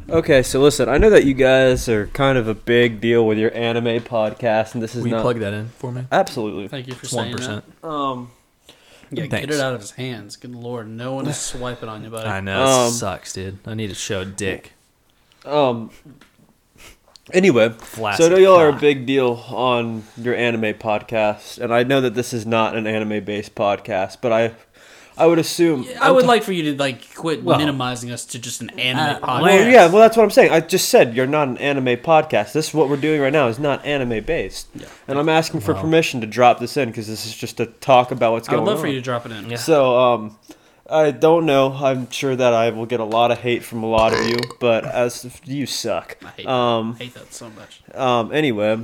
[SPEAKER 3] Okay, so listen, I know that you guys are kind of a big deal with your anime podcast, and this is
[SPEAKER 1] Will you
[SPEAKER 3] not
[SPEAKER 1] plug that in for me?
[SPEAKER 3] absolutely.
[SPEAKER 2] Thank you for
[SPEAKER 1] It's
[SPEAKER 2] saying
[SPEAKER 1] one percent.
[SPEAKER 3] Um,
[SPEAKER 2] that. Yeah,
[SPEAKER 1] Thanks.
[SPEAKER 2] get it out of his hands. Good lord, no one is swiping on you, buddy.
[SPEAKER 1] I know it
[SPEAKER 3] Um,
[SPEAKER 1] sucks, dude. I need to show dick.
[SPEAKER 3] um. Anyway,
[SPEAKER 1] Flaccid
[SPEAKER 3] so I know y'all are a
[SPEAKER 1] cock.
[SPEAKER 3] big deal on your anime podcast, and I know that this is not an anime-based podcast, but I, I would assume.
[SPEAKER 2] I would like for you to like quit
[SPEAKER 1] Well-
[SPEAKER 2] minimizing us to just an anime
[SPEAKER 4] Uh,
[SPEAKER 2] podcast.
[SPEAKER 3] Well, yeah, well, that's what I'm saying. I just said you're not an anime podcast. This is what we're doing right now is not anime based, and I'm asking for permission to drop this in because this is just to talk about what's
[SPEAKER 2] I
[SPEAKER 3] going
[SPEAKER 2] would
[SPEAKER 3] on.
[SPEAKER 2] love for you to drop it in.
[SPEAKER 3] So, um, I don't know. I'm sure that I will get a lot of hate from a lot of you, but as you suck.
[SPEAKER 2] I hate,
[SPEAKER 3] Um,
[SPEAKER 2] that. I hate that so much.
[SPEAKER 3] um, anyway,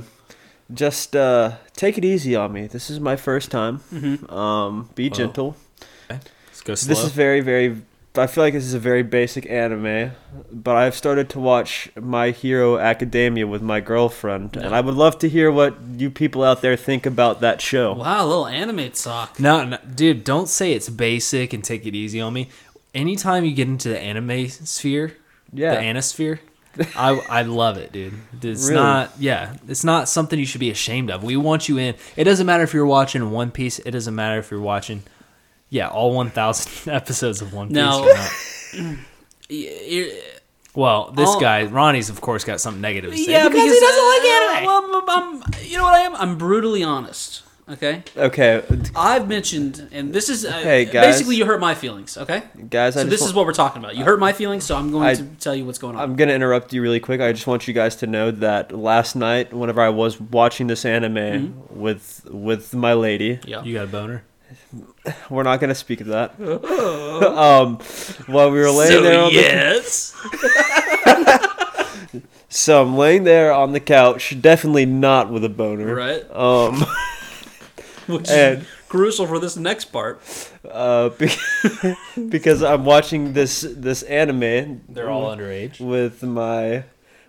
[SPEAKER 3] just uh, take it easy on me. This is my first time.
[SPEAKER 2] Mm-hmm.
[SPEAKER 3] Um, be gentle.
[SPEAKER 1] Let's go slow.
[SPEAKER 3] This is very, very. I feel like this is a very basic anime, but I've started to watch My Hero Academia with my girlfriend, and I would love to hear what you people out there think about that show.
[SPEAKER 2] Wow, a little anime talk.
[SPEAKER 1] No, no, dude, don't say it's basic and take it easy on me. Anytime you get into the anime sphere,
[SPEAKER 3] Yeah.
[SPEAKER 1] the anosphere, I I love it, dude. It's
[SPEAKER 3] Really?
[SPEAKER 1] not, yeah, it's not something you should be ashamed of. We want you in. It doesn't matter if you're watching One Piece. It doesn't matter if you're watching, yeah, all 1,000 episodes of One Piece.
[SPEAKER 2] Now-
[SPEAKER 1] or not.
[SPEAKER 2] Y- y-
[SPEAKER 1] well, this
[SPEAKER 2] All-
[SPEAKER 1] guy Ronnie's, of course, got something negative to say.
[SPEAKER 2] Yeah, because, he doesn't
[SPEAKER 1] uh,
[SPEAKER 2] like anime. Well, I'm, I'm- you know what I am? I'm brutally honest. Okay,
[SPEAKER 3] Okay,
[SPEAKER 2] I've mentioned, and this is uh,
[SPEAKER 3] Hey, guys.
[SPEAKER 2] basically you hurt my feelings. Okay,
[SPEAKER 3] guys, I
[SPEAKER 2] so
[SPEAKER 3] just
[SPEAKER 2] this
[SPEAKER 3] wa-
[SPEAKER 2] is what we're talking about. You hurt my feelings, so I'm going
[SPEAKER 3] I-
[SPEAKER 2] to tell you what's going on.
[SPEAKER 3] I'm gonna interrupt you really quick. I just want you guys to know that last night, whenever I was watching this anime with with my lady,
[SPEAKER 2] Mm-hmm. yeah,
[SPEAKER 1] You got a boner?
[SPEAKER 3] we're not gonna speak of that. um, while we were laying there, on the-
[SPEAKER 2] yes.
[SPEAKER 3] so I'm laying there on the couch, definitely not with a boner.
[SPEAKER 2] Right,
[SPEAKER 3] Um,
[SPEAKER 2] which
[SPEAKER 3] and-
[SPEAKER 2] is crucial for this next part.
[SPEAKER 3] uh, be- because I'm watching this this anime
[SPEAKER 1] They're all underage.
[SPEAKER 3] with my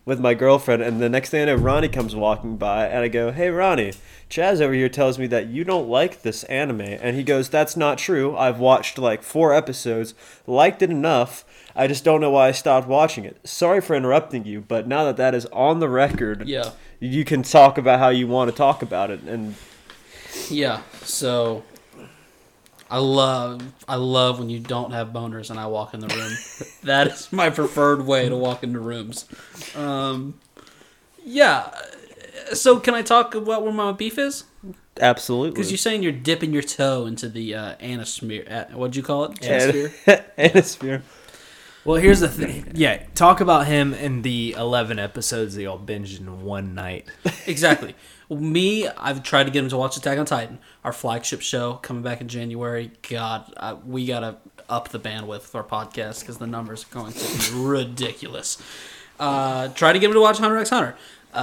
[SPEAKER 3] with my girlfriend, and the next thing I know, Ronnie comes walking by, and I go, "Hey, Ronnie, Chaz over here tells me that you don't like this anime," and he goes, "That's not true. I've watched like four episodes, liked it enough. I just don't know why I stopped watching it. Sorry for interrupting you, but now that that is on the record,
[SPEAKER 2] Yeah,
[SPEAKER 3] you can talk about how you want to talk about it." And
[SPEAKER 2] yeah. So I love, I love when you don't have boners and I walk in the room. that is my preferred way to walk into rooms. Um, yeah. So can I talk about where my beef is?
[SPEAKER 3] absolutely,
[SPEAKER 2] Because you're saying you're dipping your toe into the uh, anosmere. Uh, what'd you call it?
[SPEAKER 3] and,
[SPEAKER 2] Atmosphere?
[SPEAKER 3] and it's fear.
[SPEAKER 1] Well, here's the thing. Yeah, talk about him in the 11 episodes that y'all binged in one night.
[SPEAKER 2] exactly. Me, I've tried to get him to watch Attack on Titan, our flagship show coming back in January. God, I, we gotta up the bandwidth of our podcast because the numbers are going to be ridiculous. Uh, try to get him to watch Hunter x Hunter.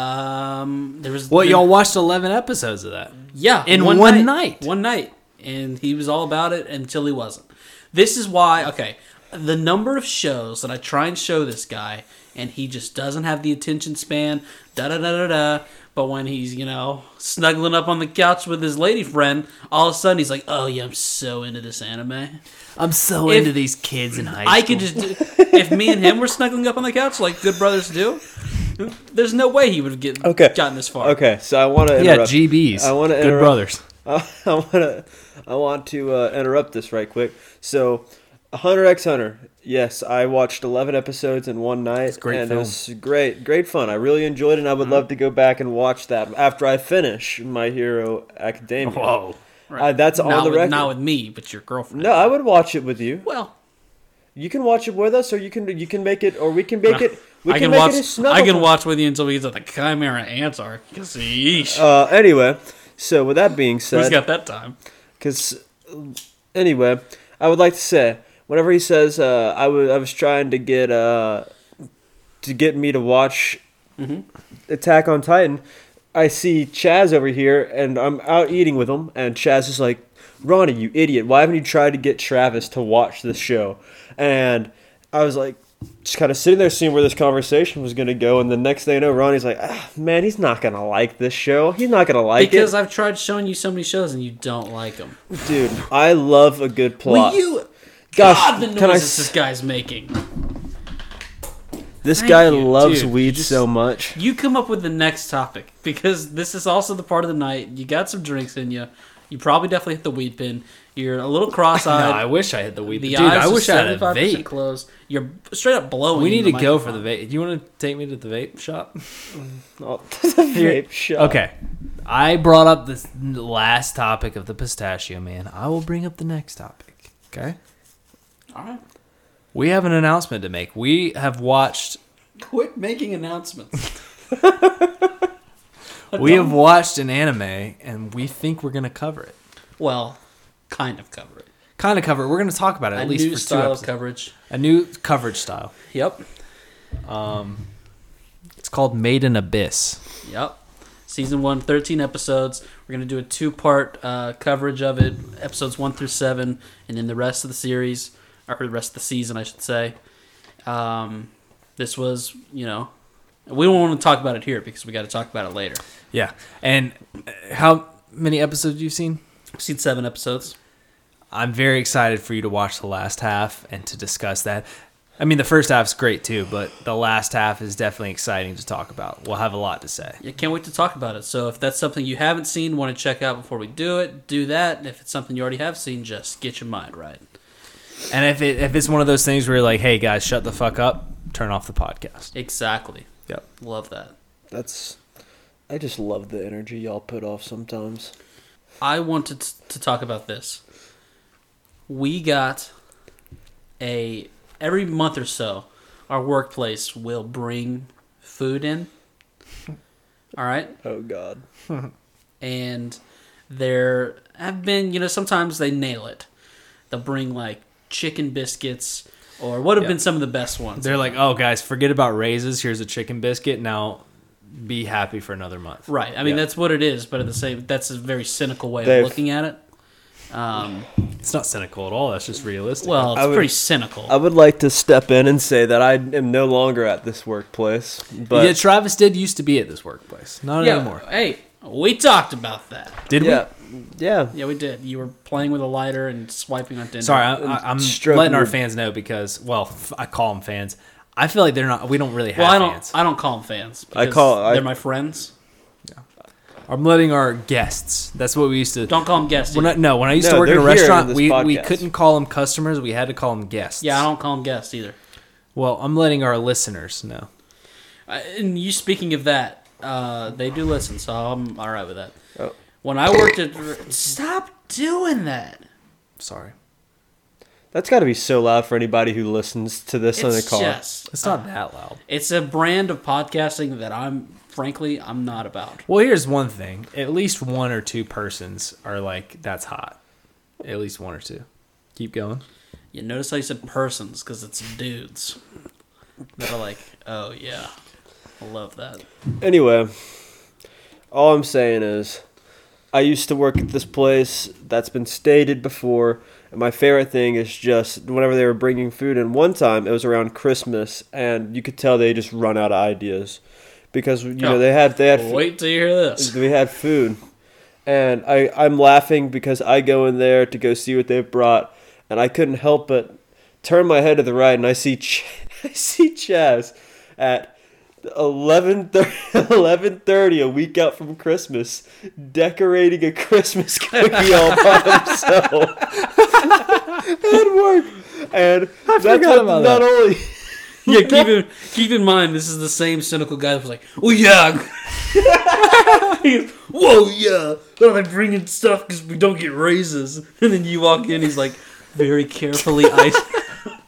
[SPEAKER 2] Um, there was
[SPEAKER 1] Well,
[SPEAKER 2] been-
[SPEAKER 1] y'all watched 11 episodes of that.
[SPEAKER 2] Yeah,
[SPEAKER 1] In one night.
[SPEAKER 2] One night, and he was all about it until he wasn't. This is why. Okay, the number of shows that I try and show this guy, and he just doesn't have the attention span. Da da da da da. But when he's you know snuggling up on the couch with his lady friend, all of a sudden he's like, "Oh yeah, I'm so into this anime."
[SPEAKER 1] I'm so
[SPEAKER 2] If-
[SPEAKER 1] into these kids in high school.
[SPEAKER 2] I could just do, if me and him were snuggling up on the couch like good brothers do. There's no way he would have get,
[SPEAKER 3] Okay.
[SPEAKER 2] gotten this far.
[SPEAKER 3] Okay, so I want to
[SPEAKER 1] Yeah,
[SPEAKER 3] interrupt.
[SPEAKER 1] GBs.
[SPEAKER 3] I wanna
[SPEAKER 1] Good
[SPEAKER 3] interrupt-
[SPEAKER 1] brothers.
[SPEAKER 3] I want to I want to uh, interrupt this right quick. So, Hunter X Hunter. Yes, I watched 11 episodes in one night. It's
[SPEAKER 1] great
[SPEAKER 3] and
[SPEAKER 1] film.
[SPEAKER 3] It was great, great fun. I really enjoyed it, and I
[SPEAKER 2] Mm-hmm.
[SPEAKER 3] would love to go back and watch that after I finish My Hero Academia.
[SPEAKER 1] Whoa.
[SPEAKER 3] Uh, that's on
[SPEAKER 2] Not
[SPEAKER 3] the
[SPEAKER 2] with-
[SPEAKER 3] record.
[SPEAKER 2] Not with me, but your girlfriend.
[SPEAKER 3] no, I would watch it with you.
[SPEAKER 2] Well,
[SPEAKER 3] You can watch it with us, or you can you can make it, or we can make it. We
[SPEAKER 2] I can,
[SPEAKER 3] make
[SPEAKER 2] watch.
[SPEAKER 3] It a
[SPEAKER 2] I can
[SPEAKER 3] snugglefuck.
[SPEAKER 2] watch with you until we get to the Chimera Antarctic. Yeesh.
[SPEAKER 1] Oh,
[SPEAKER 3] Uh, anyway, so with that being said,
[SPEAKER 2] Who's got that time?
[SPEAKER 3] Because anyway, I would like to say whenever he says uh, I was I was trying to get uh, to get me to watch Attack on Titan. I see Chaz over here, and I'm out eating with him, and Chaz is like, Ronnie, you idiot, why haven't you tried to get Travis to watch this show? And I was like, just kind of sitting there seeing where this conversation was going to go, and the next thing I know, Ronnie's like, ah, man, he's not going to like this show. He's not going to like
[SPEAKER 2] because
[SPEAKER 3] it.
[SPEAKER 2] I've tried showing you so many shows and you don't like them.
[SPEAKER 3] Dude, I love a good plot.
[SPEAKER 2] Will you?
[SPEAKER 3] Gosh,
[SPEAKER 2] God, the noises
[SPEAKER 3] can I
[SPEAKER 2] this
[SPEAKER 3] s-
[SPEAKER 2] guy's making.
[SPEAKER 3] this
[SPEAKER 2] Thank
[SPEAKER 3] guy
[SPEAKER 2] you,
[SPEAKER 3] loves
[SPEAKER 2] dude. You
[SPEAKER 3] weed
[SPEAKER 2] just-
[SPEAKER 3] so much.
[SPEAKER 2] You come up with the next topic because this is also the part of the night. You got some drinks in you. You probably definitely hit the weed pin. You're a little
[SPEAKER 1] no, I
[SPEAKER 2] cross-eyed.
[SPEAKER 1] wish I had the weed.
[SPEAKER 2] Uh, the
[SPEAKER 1] Dude,
[SPEAKER 2] eyes
[SPEAKER 1] I
[SPEAKER 2] are
[SPEAKER 1] wish I had a
[SPEAKER 2] 75%
[SPEAKER 1] vape.
[SPEAKER 2] closed. You're straight up blowing.
[SPEAKER 1] We need
[SPEAKER 2] the
[SPEAKER 1] to go for the
[SPEAKER 2] microphone.
[SPEAKER 1] vape. Do you want to take me to the vape shop?
[SPEAKER 3] Oh, vape shop.
[SPEAKER 1] Okay. I brought up this last topic of the pistachio man. I will bring up the next topic. Okay.
[SPEAKER 2] All right,
[SPEAKER 1] We have an announcement to make. We have watched
[SPEAKER 2] quit making announcements.
[SPEAKER 1] we have watched an anime and we think we're gonna cover it.
[SPEAKER 2] well, kind of cover it.
[SPEAKER 1] Kind of cover it. We're gonna talk about it
[SPEAKER 2] A
[SPEAKER 1] at least
[SPEAKER 2] new
[SPEAKER 1] for two
[SPEAKER 2] style of
[SPEAKER 1] episodes.
[SPEAKER 2] coverage.
[SPEAKER 1] a new coverage style.
[SPEAKER 2] Yep.
[SPEAKER 1] Um it's called Made in Abyss.
[SPEAKER 2] Yep. Season one, 13 episodes. We're going to do a two part uh, coverage of it, episodes one through seven, and then the rest of the series, or the rest of the season, I should say. Um, this was, you know, we don't want to talk about it here because we got to talk about it later.
[SPEAKER 1] Yeah. And uh, how many episodes you've seen?
[SPEAKER 2] We've seen seven episodes.
[SPEAKER 1] I'm very excited for you to watch the last half and to discuss that. I mean, the first half's great too, but the last half is definitely exciting to talk about. We'll have a lot to say.
[SPEAKER 2] I can't wait to talk about it. So if that's something you haven't seen, want to check out before we do it, do that. And if it's something you already have seen, just get your mind right.
[SPEAKER 1] And if it, if it's one of those things where you're like, "Hey guys, shut the fuck up," turn off the podcast.
[SPEAKER 2] Exactly.
[SPEAKER 1] Yep.
[SPEAKER 2] Love that.
[SPEAKER 3] That's. I just love the energy y'all put off sometimes.
[SPEAKER 2] I wanted t- to talk about this. We got a every month or so, our workplace will bring food in. All right,
[SPEAKER 3] Oh God.
[SPEAKER 2] and there have been you know sometimes they nail it. They'll bring like chicken biscuits or what have
[SPEAKER 1] Yeah.
[SPEAKER 2] been some of the best ones.
[SPEAKER 1] They're like, "Oh guys, forget about raises. Here's a chicken biscuit. Now, be happy for another month."
[SPEAKER 2] right. I mean
[SPEAKER 1] Yeah.
[SPEAKER 2] that's what it is, but at the same, that's a very cynical way
[SPEAKER 3] They've-
[SPEAKER 2] of looking at it. Um,
[SPEAKER 1] It's not cynical at all. That's just realistic.
[SPEAKER 2] well,
[SPEAKER 3] I
[SPEAKER 2] it's
[SPEAKER 3] would-
[SPEAKER 2] pretty cynical.
[SPEAKER 3] I would like to step in and say that I am no longer at this workplace, but
[SPEAKER 1] yeah, Travis did used to be at this workplace. Not anymore.
[SPEAKER 2] Hey, we talked about that.
[SPEAKER 1] Did we?
[SPEAKER 3] yeah, yeah.
[SPEAKER 2] Yeah, we did. You were playing with a lighter and swiping on Tinder.
[SPEAKER 1] Sorry, I, I, I'm
[SPEAKER 3] Stroke
[SPEAKER 1] letting our
[SPEAKER 3] your-
[SPEAKER 1] fans know because, well, f- I call them fans. I feel like they're not. We don't really have
[SPEAKER 2] well, I don't.
[SPEAKER 1] fans.
[SPEAKER 2] I don't call them fans.
[SPEAKER 3] I
[SPEAKER 2] because
[SPEAKER 3] call- I-
[SPEAKER 2] They're my friends.
[SPEAKER 1] I'm letting our guests. That's what we used to.
[SPEAKER 2] Don't call them guests.
[SPEAKER 1] When
[SPEAKER 2] either.
[SPEAKER 1] I, no, when I used to
[SPEAKER 3] No,
[SPEAKER 1] work in a
[SPEAKER 3] they're here in
[SPEAKER 1] restaurant,
[SPEAKER 3] this
[SPEAKER 1] we, we
[SPEAKER 3] podcast.
[SPEAKER 1] couldn't call them customers. We had to call them guests.
[SPEAKER 2] yeah, I don't call them guests either.
[SPEAKER 1] Well, I'm letting our listeners know.
[SPEAKER 2] I, and you speaking of that, uh, they do listen, so I'm all right with that.
[SPEAKER 3] Oh.
[SPEAKER 2] When I worked at, stop doing that.
[SPEAKER 1] Sorry,
[SPEAKER 3] That's got to be so loud for anybody who listens to this in the
[SPEAKER 2] It's
[SPEAKER 3] car.
[SPEAKER 2] just,
[SPEAKER 1] it's not that loud.
[SPEAKER 2] it's a brand of podcasting that I'm, frankly, I'm not about.
[SPEAKER 1] Well, here's one thing: at least one or two persons are like, "That's hot." At least one or two. Keep going.
[SPEAKER 2] You notice how you said persons because it's dudes that are like, oh yeah, I love that.
[SPEAKER 3] Anyway, all I'm saying is, I used to work at this place. That's been stated before. And my favorite thing is just whenever they were bringing food in. One time it was around Christmas, and you could tell they just run out of ideas because you know
[SPEAKER 2] Oh.
[SPEAKER 3] they had they had
[SPEAKER 2] Wait till you hear this.
[SPEAKER 3] we had food and I, i'm laughing because i go in there to go see what they've brought and i couldn't help but turn my head to the right and i see Ch- i see chaz at 11 11.30 a week out from christmas decorating a christmas cookie all by himself at work and that's
[SPEAKER 1] forgot
[SPEAKER 3] what
[SPEAKER 1] about
[SPEAKER 3] not
[SPEAKER 1] that.
[SPEAKER 3] only
[SPEAKER 2] Yeah, keep in keep in mind this is the same cynical guy that was like, oh yeah. He goes, Whoa, yeah! They're like bringing stuff because we don't get raises, and then you walk in. He's like, very carefully ice,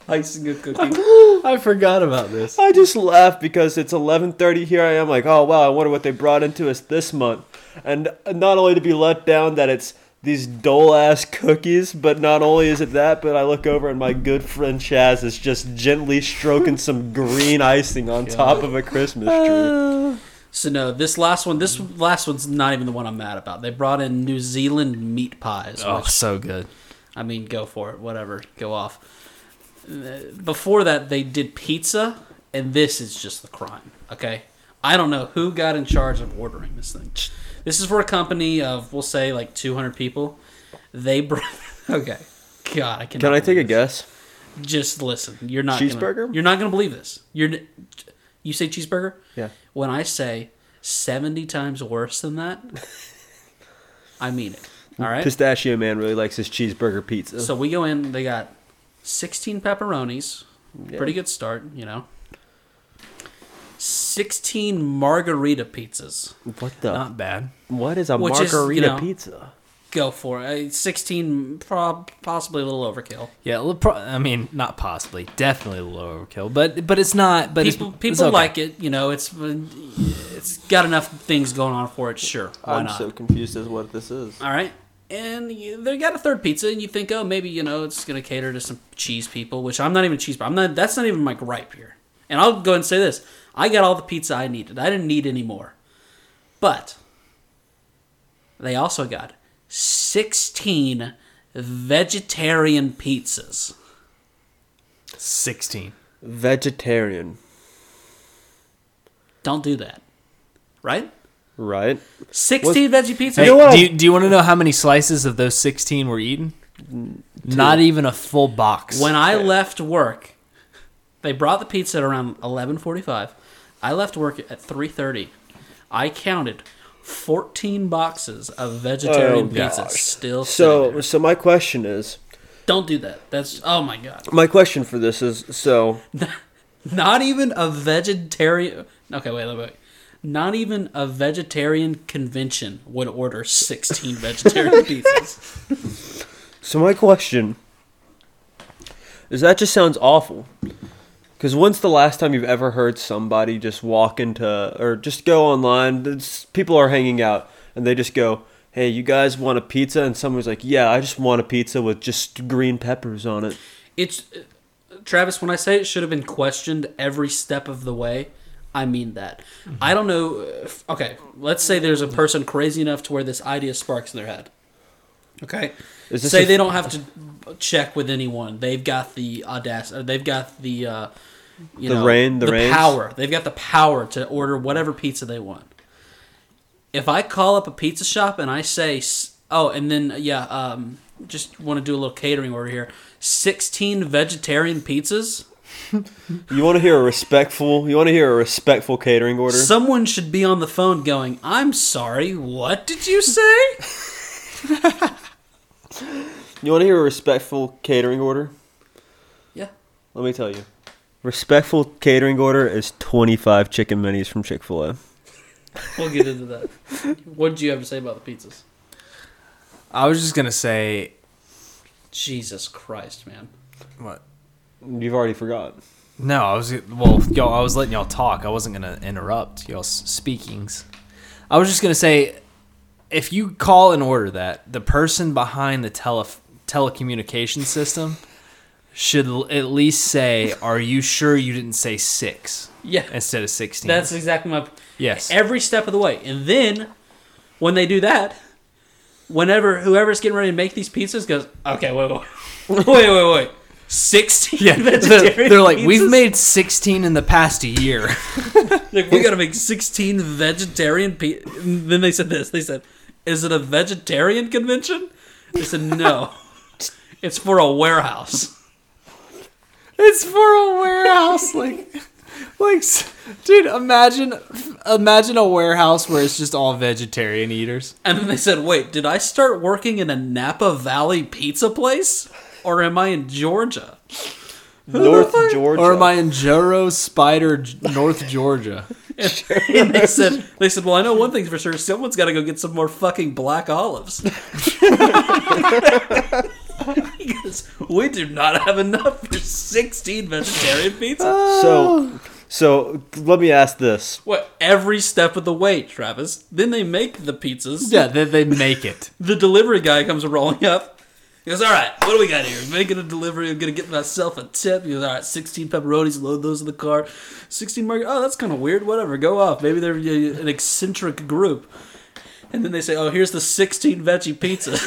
[SPEAKER 2] icing a cookie.
[SPEAKER 1] I forgot about this.
[SPEAKER 3] I just laugh because it's 11:30 here. I am like, oh wow, I wonder what they brought into us this month, and not only to be let down that it's these dull ass cookies, but not only is it that, but I look over and my good friend Chaz
[SPEAKER 2] Uh,
[SPEAKER 3] is just gently stroking some green icing on top of a Christmas tree.
[SPEAKER 2] So no, this last one, this last one's not even the one I'm mad about. They brought in New Zealand meat pies.
[SPEAKER 1] Oh,
[SPEAKER 2] which-
[SPEAKER 1] so good.
[SPEAKER 2] I mean, go for it. Whatever, go off. Uh, Before that, they did pizza, and this is just the crime. Okay, I don't know who got in charge of ordering this thing. This is for a company of we'll say like 200 people. They brought. Okay, God, I can.
[SPEAKER 3] Can I take a guess?
[SPEAKER 2] Just listen. You're not gonna-
[SPEAKER 3] Cheeseburger?
[SPEAKER 2] you're not gonna believe this. You're. n- You say cheeseburger.
[SPEAKER 3] Yeah.
[SPEAKER 2] When I say 70 times worse than that, I mean it. All right.
[SPEAKER 3] Pistachio man really likes his cheeseburger pizza.
[SPEAKER 2] So we go in. They got 16 pepperonis. Pretty good start, you know. 16 margarita pizzas.
[SPEAKER 3] what the?
[SPEAKER 1] Not bad.
[SPEAKER 3] what is a
[SPEAKER 2] which
[SPEAKER 3] margarita
[SPEAKER 2] is, you know-
[SPEAKER 3] pizza?
[SPEAKER 2] Go for it. Uh, 16, prob- possibly a little overkill.
[SPEAKER 1] Yeah, well, pro- I mean, not possibly, definitely a little overkill, but but it's not. But
[SPEAKER 2] People,
[SPEAKER 1] it's,
[SPEAKER 2] people
[SPEAKER 1] it's okay.
[SPEAKER 2] like it, you know. It's it's got enough things going on for it. Sure, why not?
[SPEAKER 3] confused as what this is.
[SPEAKER 2] All right. And you, they got a third pizza, and you think, oh, maybe you know it's gonna cater to some cheese people, which I'm not even cheese. I'm not. That's not even my gripe here. And I'll go and say this: I got all the pizza I needed. I didn't need any more. But they also got 16 vegetarian pizzas.
[SPEAKER 1] sixteen.
[SPEAKER 3] Vegetarian,
[SPEAKER 2] Don't do that, right?
[SPEAKER 3] right?
[SPEAKER 2] 16 veggie pizzas.
[SPEAKER 1] Hey,
[SPEAKER 3] know what?
[SPEAKER 1] do you, do you want to know how many slices of those sixteen were eaten? Not even a full box.
[SPEAKER 2] When I left work, they brought the pizza at around eleven forty-five. I left work at three thirty. I counted fourteen boxes of vegetarian
[SPEAKER 3] Oh,
[SPEAKER 2] pizza
[SPEAKER 3] gosh.
[SPEAKER 2] still. So
[SPEAKER 3] So, so my question is,
[SPEAKER 2] don't do that. That's oh my god.
[SPEAKER 3] my question for this is, so
[SPEAKER 2] Not even a vegetarian. Okay, wait, wait, wait. Not even a vegetarian convention would order sixteen vegetarian pizzas.
[SPEAKER 3] So my question is that just sounds awful. Because when's the last time you've ever heard somebody just walk into or just go online? it's- people are hanging out and they just go, "Hey, you guys want a pizza?" And someone's like, "Yeah, I just want a pizza with just green peppers on it."
[SPEAKER 2] It's Travis. When I say it should have been questioned every step of the way, I mean that.
[SPEAKER 3] Mm-hmm.
[SPEAKER 2] I don't know. If, okay, let's say there's a person crazy enough to where this idea sparks in their head. Okay,
[SPEAKER 3] Is this
[SPEAKER 2] say
[SPEAKER 3] a-
[SPEAKER 2] they don't have to check with anyone. They've got the audacity. They've got the uh, you
[SPEAKER 3] The
[SPEAKER 2] know
[SPEAKER 3] rein- the reins?
[SPEAKER 2] power. They've got the power to order whatever pizza they want. If I call up a pizza shop and I say, s- "Oh, and then yeah, um, just want to do a little catering order here, sixteen vegetarian pizzas,"
[SPEAKER 3] You want to hear a respectful? You want to hear a respectful catering order?
[SPEAKER 2] someone should be on the phone going, "I'm sorry, what did you say?"
[SPEAKER 3] you want to hear a respectful catering order?
[SPEAKER 2] yeah,
[SPEAKER 3] Let me tell you. Respectful catering order is 25 chicken minis from Chick-fil-A.
[SPEAKER 2] we'll get into that. what did you have to say about the pizzas?
[SPEAKER 1] I was just gonna say
[SPEAKER 2] Jesus Christ, man!
[SPEAKER 1] what?
[SPEAKER 3] You've already forgot.
[SPEAKER 1] No, I was well, y'all. I was letting y'all talk. I wasn't gonna interrupt y'all's speakings. I was just gonna say, if you call and order that, the person behind the tele telecommunication system should l- at least say, "Are you sure you didn't say six
[SPEAKER 2] Yeah,
[SPEAKER 1] instead of 16?
[SPEAKER 2] that's exactly my
[SPEAKER 1] yes.
[SPEAKER 2] every step of the way. And then when they do that, whenever whoever's getting ready to make these pizzas goes, okay, wait, wait, wait, wait, wait, wait. sixteen
[SPEAKER 1] yeah,
[SPEAKER 2] vegetarian.
[SPEAKER 1] they're, they're like, we've
[SPEAKER 2] pizzas?
[SPEAKER 1] made 16 in the past year.
[SPEAKER 2] Like, we gotta make sixteen vegetarian pizzas. Then they said this. They said, is it a vegetarian convention? They said no. it's for a warehouse.
[SPEAKER 1] It's for a warehouse, like, like, s- dude. Imagine, imagine a warehouse where it's just all vegetarian eaters.
[SPEAKER 2] And then they said, wait, did I start working in a Napa Valley pizza place? Or am I in Georgia?
[SPEAKER 3] North Georgia.
[SPEAKER 1] Or am I in Joro Spider, J- North Georgia?
[SPEAKER 2] And they said, they said, well, I know one thing's for sure. Someone's got to go get some more fucking black olives. Because we do not have enough for 16 vegetarian pizzas.
[SPEAKER 3] So, so let me ask this.
[SPEAKER 2] What? Every step of the way, Travis. Then they make the pizzas.
[SPEAKER 1] Yeah, they, they make it.
[SPEAKER 2] The delivery guy comes rolling up. He goes, all right, what do we got here? Making a delivery. I'm going to get myself a tip. He goes, all right, 16 pepperonis, load those in the car. 16 marg. Oh, that's kind of weird. Whatever, go off. Maybe they're uh, an eccentric group. And then they say, oh, here's the 16 veggie pizza.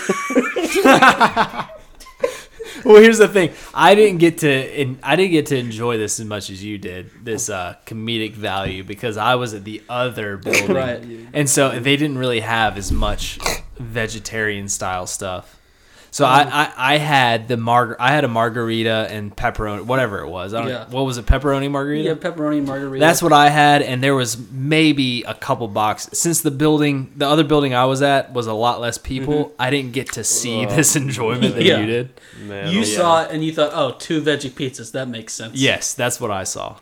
[SPEAKER 1] Well, here's the thing. I didn't get to en- I didn't get to enjoy this as much as you did. This uh, comedic value because I was at the other building,
[SPEAKER 2] Right.
[SPEAKER 1] and so they didn't really have as much vegetarian style stuff. So I,
[SPEAKER 2] Mm.
[SPEAKER 1] I, I had the margar I had a margarita and pepperoni whatever it was. I don't,
[SPEAKER 2] Yeah.
[SPEAKER 1] What was it? Pepperoni margarita.
[SPEAKER 2] yeah, pepperoni margarita.
[SPEAKER 1] That's what I had, and there was maybe a couple boxes. Since the building, the other building I was at was a lot less people, I didn't get to see this enjoyment that
[SPEAKER 2] Mm-hmm. Yeah.
[SPEAKER 1] you did.
[SPEAKER 3] Man,
[SPEAKER 2] you
[SPEAKER 3] oh,
[SPEAKER 2] saw it and you thought, oh, two veggie pizzas. That makes sense.
[SPEAKER 1] Yes, that's what I saw.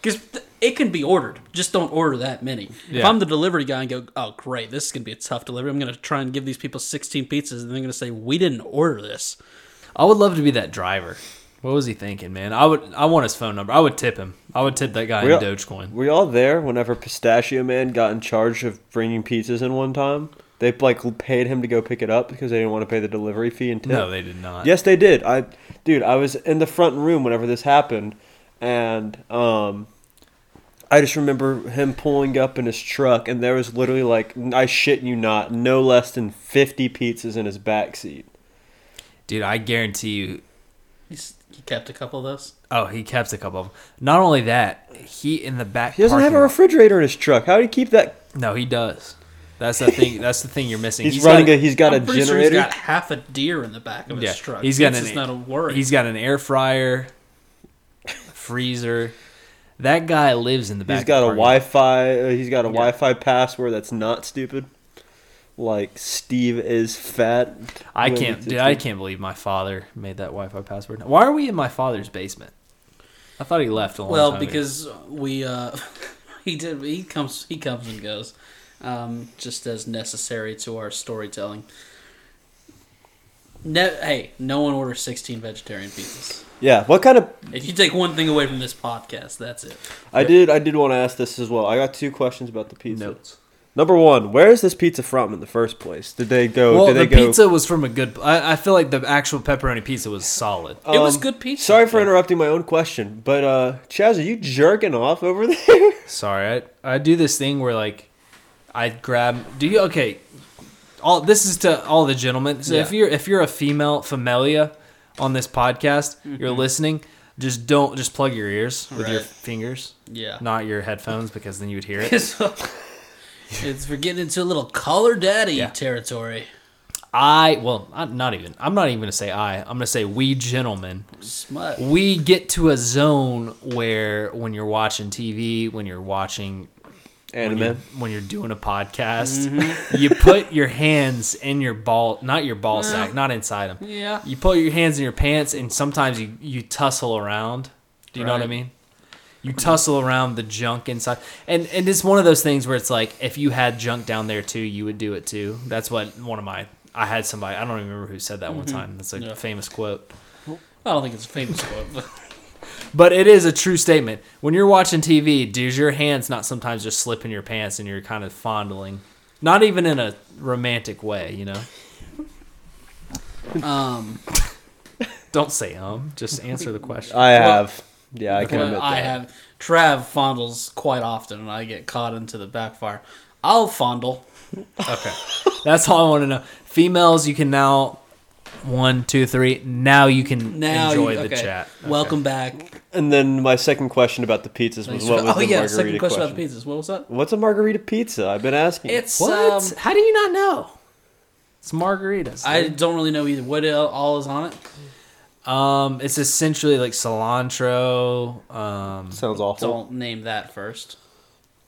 [SPEAKER 2] Because it can be ordered. Just don't order that many. If
[SPEAKER 1] Yeah.
[SPEAKER 2] I'm the delivery guy and go, oh, great, this is going to be a tough delivery. I'm going to try and give these people 16 pizzas and they're going to say, we didn't order this.
[SPEAKER 1] I would love to be that driver. What was he thinking, man? I would. I want his phone number. I would tip him. I would tip that guy
[SPEAKER 3] Well-
[SPEAKER 1] in Dogecoin.
[SPEAKER 3] Were y'all there whenever Pistachio Man got in charge of bringing pizzas in one time? They like paid him to go pick it up because they didn't want to pay the delivery fee and tip.
[SPEAKER 1] No, they did not.
[SPEAKER 3] Yes, they did. I, dude, I was in the front room whenever this happened, and um, I just remember him pulling up in his truck, and there was literally like, I shit you not, no less than fifty pizzas in his back seat.
[SPEAKER 1] dude, I guarantee you.
[SPEAKER 2] He's, he kept a couple of those.
[SPEAKER 1] Oh, he kept a couple of them. Not only that, he in the back.
[SPEAKER 3] He doesn't have a
[SPEAKER 1] parking
[SPEAKER 3] refrigerator in his truck. How do you keep that?
[SPEAKER 1] lot- no, he does. That's the thing. That's the thing you're missing.
[SPEAKER 3] He's, running.
[SPEAKER 1] got-
[SPEAKER 3] a, he's got
[SPEAKER 2] I'm
[SPEAKER 3] a
[SPEAKER 2] pretty sure
[SPEAKER 3] generator.
[SPEAKER 2] he's got half a deer in the back of his
[SPEAKER 1] yeah,
[SPEAKER 2] truck.
[SPEAKER 1] he's got
[SPEAKER 2] This
[SPEAKER 1] an.
[SPEAKER 2] is not a worry.
[SPEAKER 1] He's got an air fryer, freezer. That guy lives in the back.
[SPEAKER 3] he's got a
[SPEAKER 1] of the parking lot.
[SPEAKER 3] Wi-Fi. Uh, he's got a Wi-Fi password that's not stupid. Like Steve is fat.
[SPEAKER 1] I
[SPEAKER 3] Wait,
[SPEAKER 1] can't.
[SPEAKER 3] it's-
[SPEAKER 1] Dude, I can't believe my father made that Wi-Fi password. Why are we in my father's basement? I thought he left a long
[SPEAKER 2] well,
[SPEAKER 1] time ago.
[SPEAKER 2] because we, uh, he did, he comes, he comes and goes, um, just as necessary to our storytelling. No, hey, no one orders 16 vegetarian pizzas.
[SPEAKER 3] Yeah. What kind of
[SPEAKER 2] If you take one thing away from this podcast, that's it.
[SPEAKER 3] I did. I did want to ask this as well. I got two questions about the pizza.
[SPEAKER 1] Notes.
[SPEAKER 3] Number one, where is this pizza from in the first place? Did they go?
[SPEAKER 1] Well,
[SPEAKER 3] Oh, did they
[SPEAKER 1] the
[SPEAKER 3] go?
[SPEAKER 1] pizza was from a good. I, I feel like the actual pepperoni pizza was solid.
[SPEAKER 2] It was
[SPEAKER 3] Um,
[SPEAKER 2] good pizza.
[SPEAKER 3] Sorry for interrupting my own question, but uh, Chaz, are you jerking off over there?
[SPEAKER 1] Sorry, I, I do this thing where like I grab. Do you okay? All this is to all the gentlemen. So if
[SPEAKER 2] Yeah.
[SPEAKER 1] you're if you're a female familia on this podcast, you're listening. Just don't just plug your ears with your
[SPEAKER 2] Right.
[SPEAKER 1] fingers,
[SPEAKER 2] Yeah.
[SPEAKER 1] not your headphones, because then you would hear it.
[SPEAKER 2] So- it's for getting into a little collar daddy
[SPEAKER 1] Yeah.
[SPEAKER 2] territory.
[SPEAKER 1] I well, I'm not even. I'm not even gonna say I. I'm gonna say we gentlemen.
[SPEAKER 2] Smut.
[SPEAKER 1] We get to a zone where when you're watching TV, when you're watching when you're,
[SPEAKER 3] Anime.
[SPEAKER 1] when you're doing a podcast,
[SPEAKER 2] Mm-hmm.
[SPEAKER 1] you put your hands in your ball, not your ball sack, not inside them.
[SPEAKER 2] Yeah.
[SPEAKER 1] You put your hands in your pants, and sometimes you you tussle around. Do you know what I
[SPEAKER 2] Right.
[SPEAKER 1] mean? You tussle around the junk inside, and and it's one of those things where it's like if you had junk down there too, you would do it too. That's what one of my I had somebody I don't even remember who said that
[SPEAKER 2] Mm-hmm.
[SPEAKER 1] one time. That's a
[SPEAKER 2] Yeah.
[SPEAKER 1] famous quote.
[SPEAKER 2] I don't think it's a famous quote, but
[SPEAKER 1] But it is a true statement. When you're watching TV, does your hands not sometimes just slip in your pants and you're kind of fondling? Not even in a romantic way, you know?
[SPEAKER 2] um,
[SPEAKER 1] Don't say um, just answer the question.
[SPEAKER 3] I have. yeah, I can
[SPEAKER 2] well,
[SPEAKER 3] admit
[SPEAKER 2] I
[SPEAKER 3] that.
[SPEAKER 2] have Trav fondles quite often, and I get caught into the backfire. I'll fondle.
[SPEAKER 1] Okay. That's all I want to know. Females, you can now one, two, three. Now you can
[SPEAKER 2] Now
[SPEAKER 1] enjoy
[SPEAKER 2] you,
[SPEAKER 1] the
[SPEAKER 2] okay.
[SPEAKER 1] chat. Okay.
[SPEAKER 2] Welcome back.
[SPEAKER 3] And then my second question about the pizzas was what was
[SPEAKER 2] oh
[SPEAKER 3] the
[SPEAKER 2] yeah,
[SPEAKER 3] margarita
[SPEAKER 2] second question,
[SPEAKER 3] question?
[SPEAKER 2] about the pizzas. What was that?
[SPEAKER 3] What's a margarita pizza? I've been asking.
[SPEAKER 2] It's
[SPEAKER 1] What?
[SPEAKER 2] um,
[SPEAKER 1] How do you not know? It's margaritas.
[SPEAKER 2] I don't really know either. What el- all is on it?
[SPEAKER 1] um, it's essentially like cilantro, um,
[SPEAKER 3] sounds awful.
[SPEAKER 2] Don't name that first.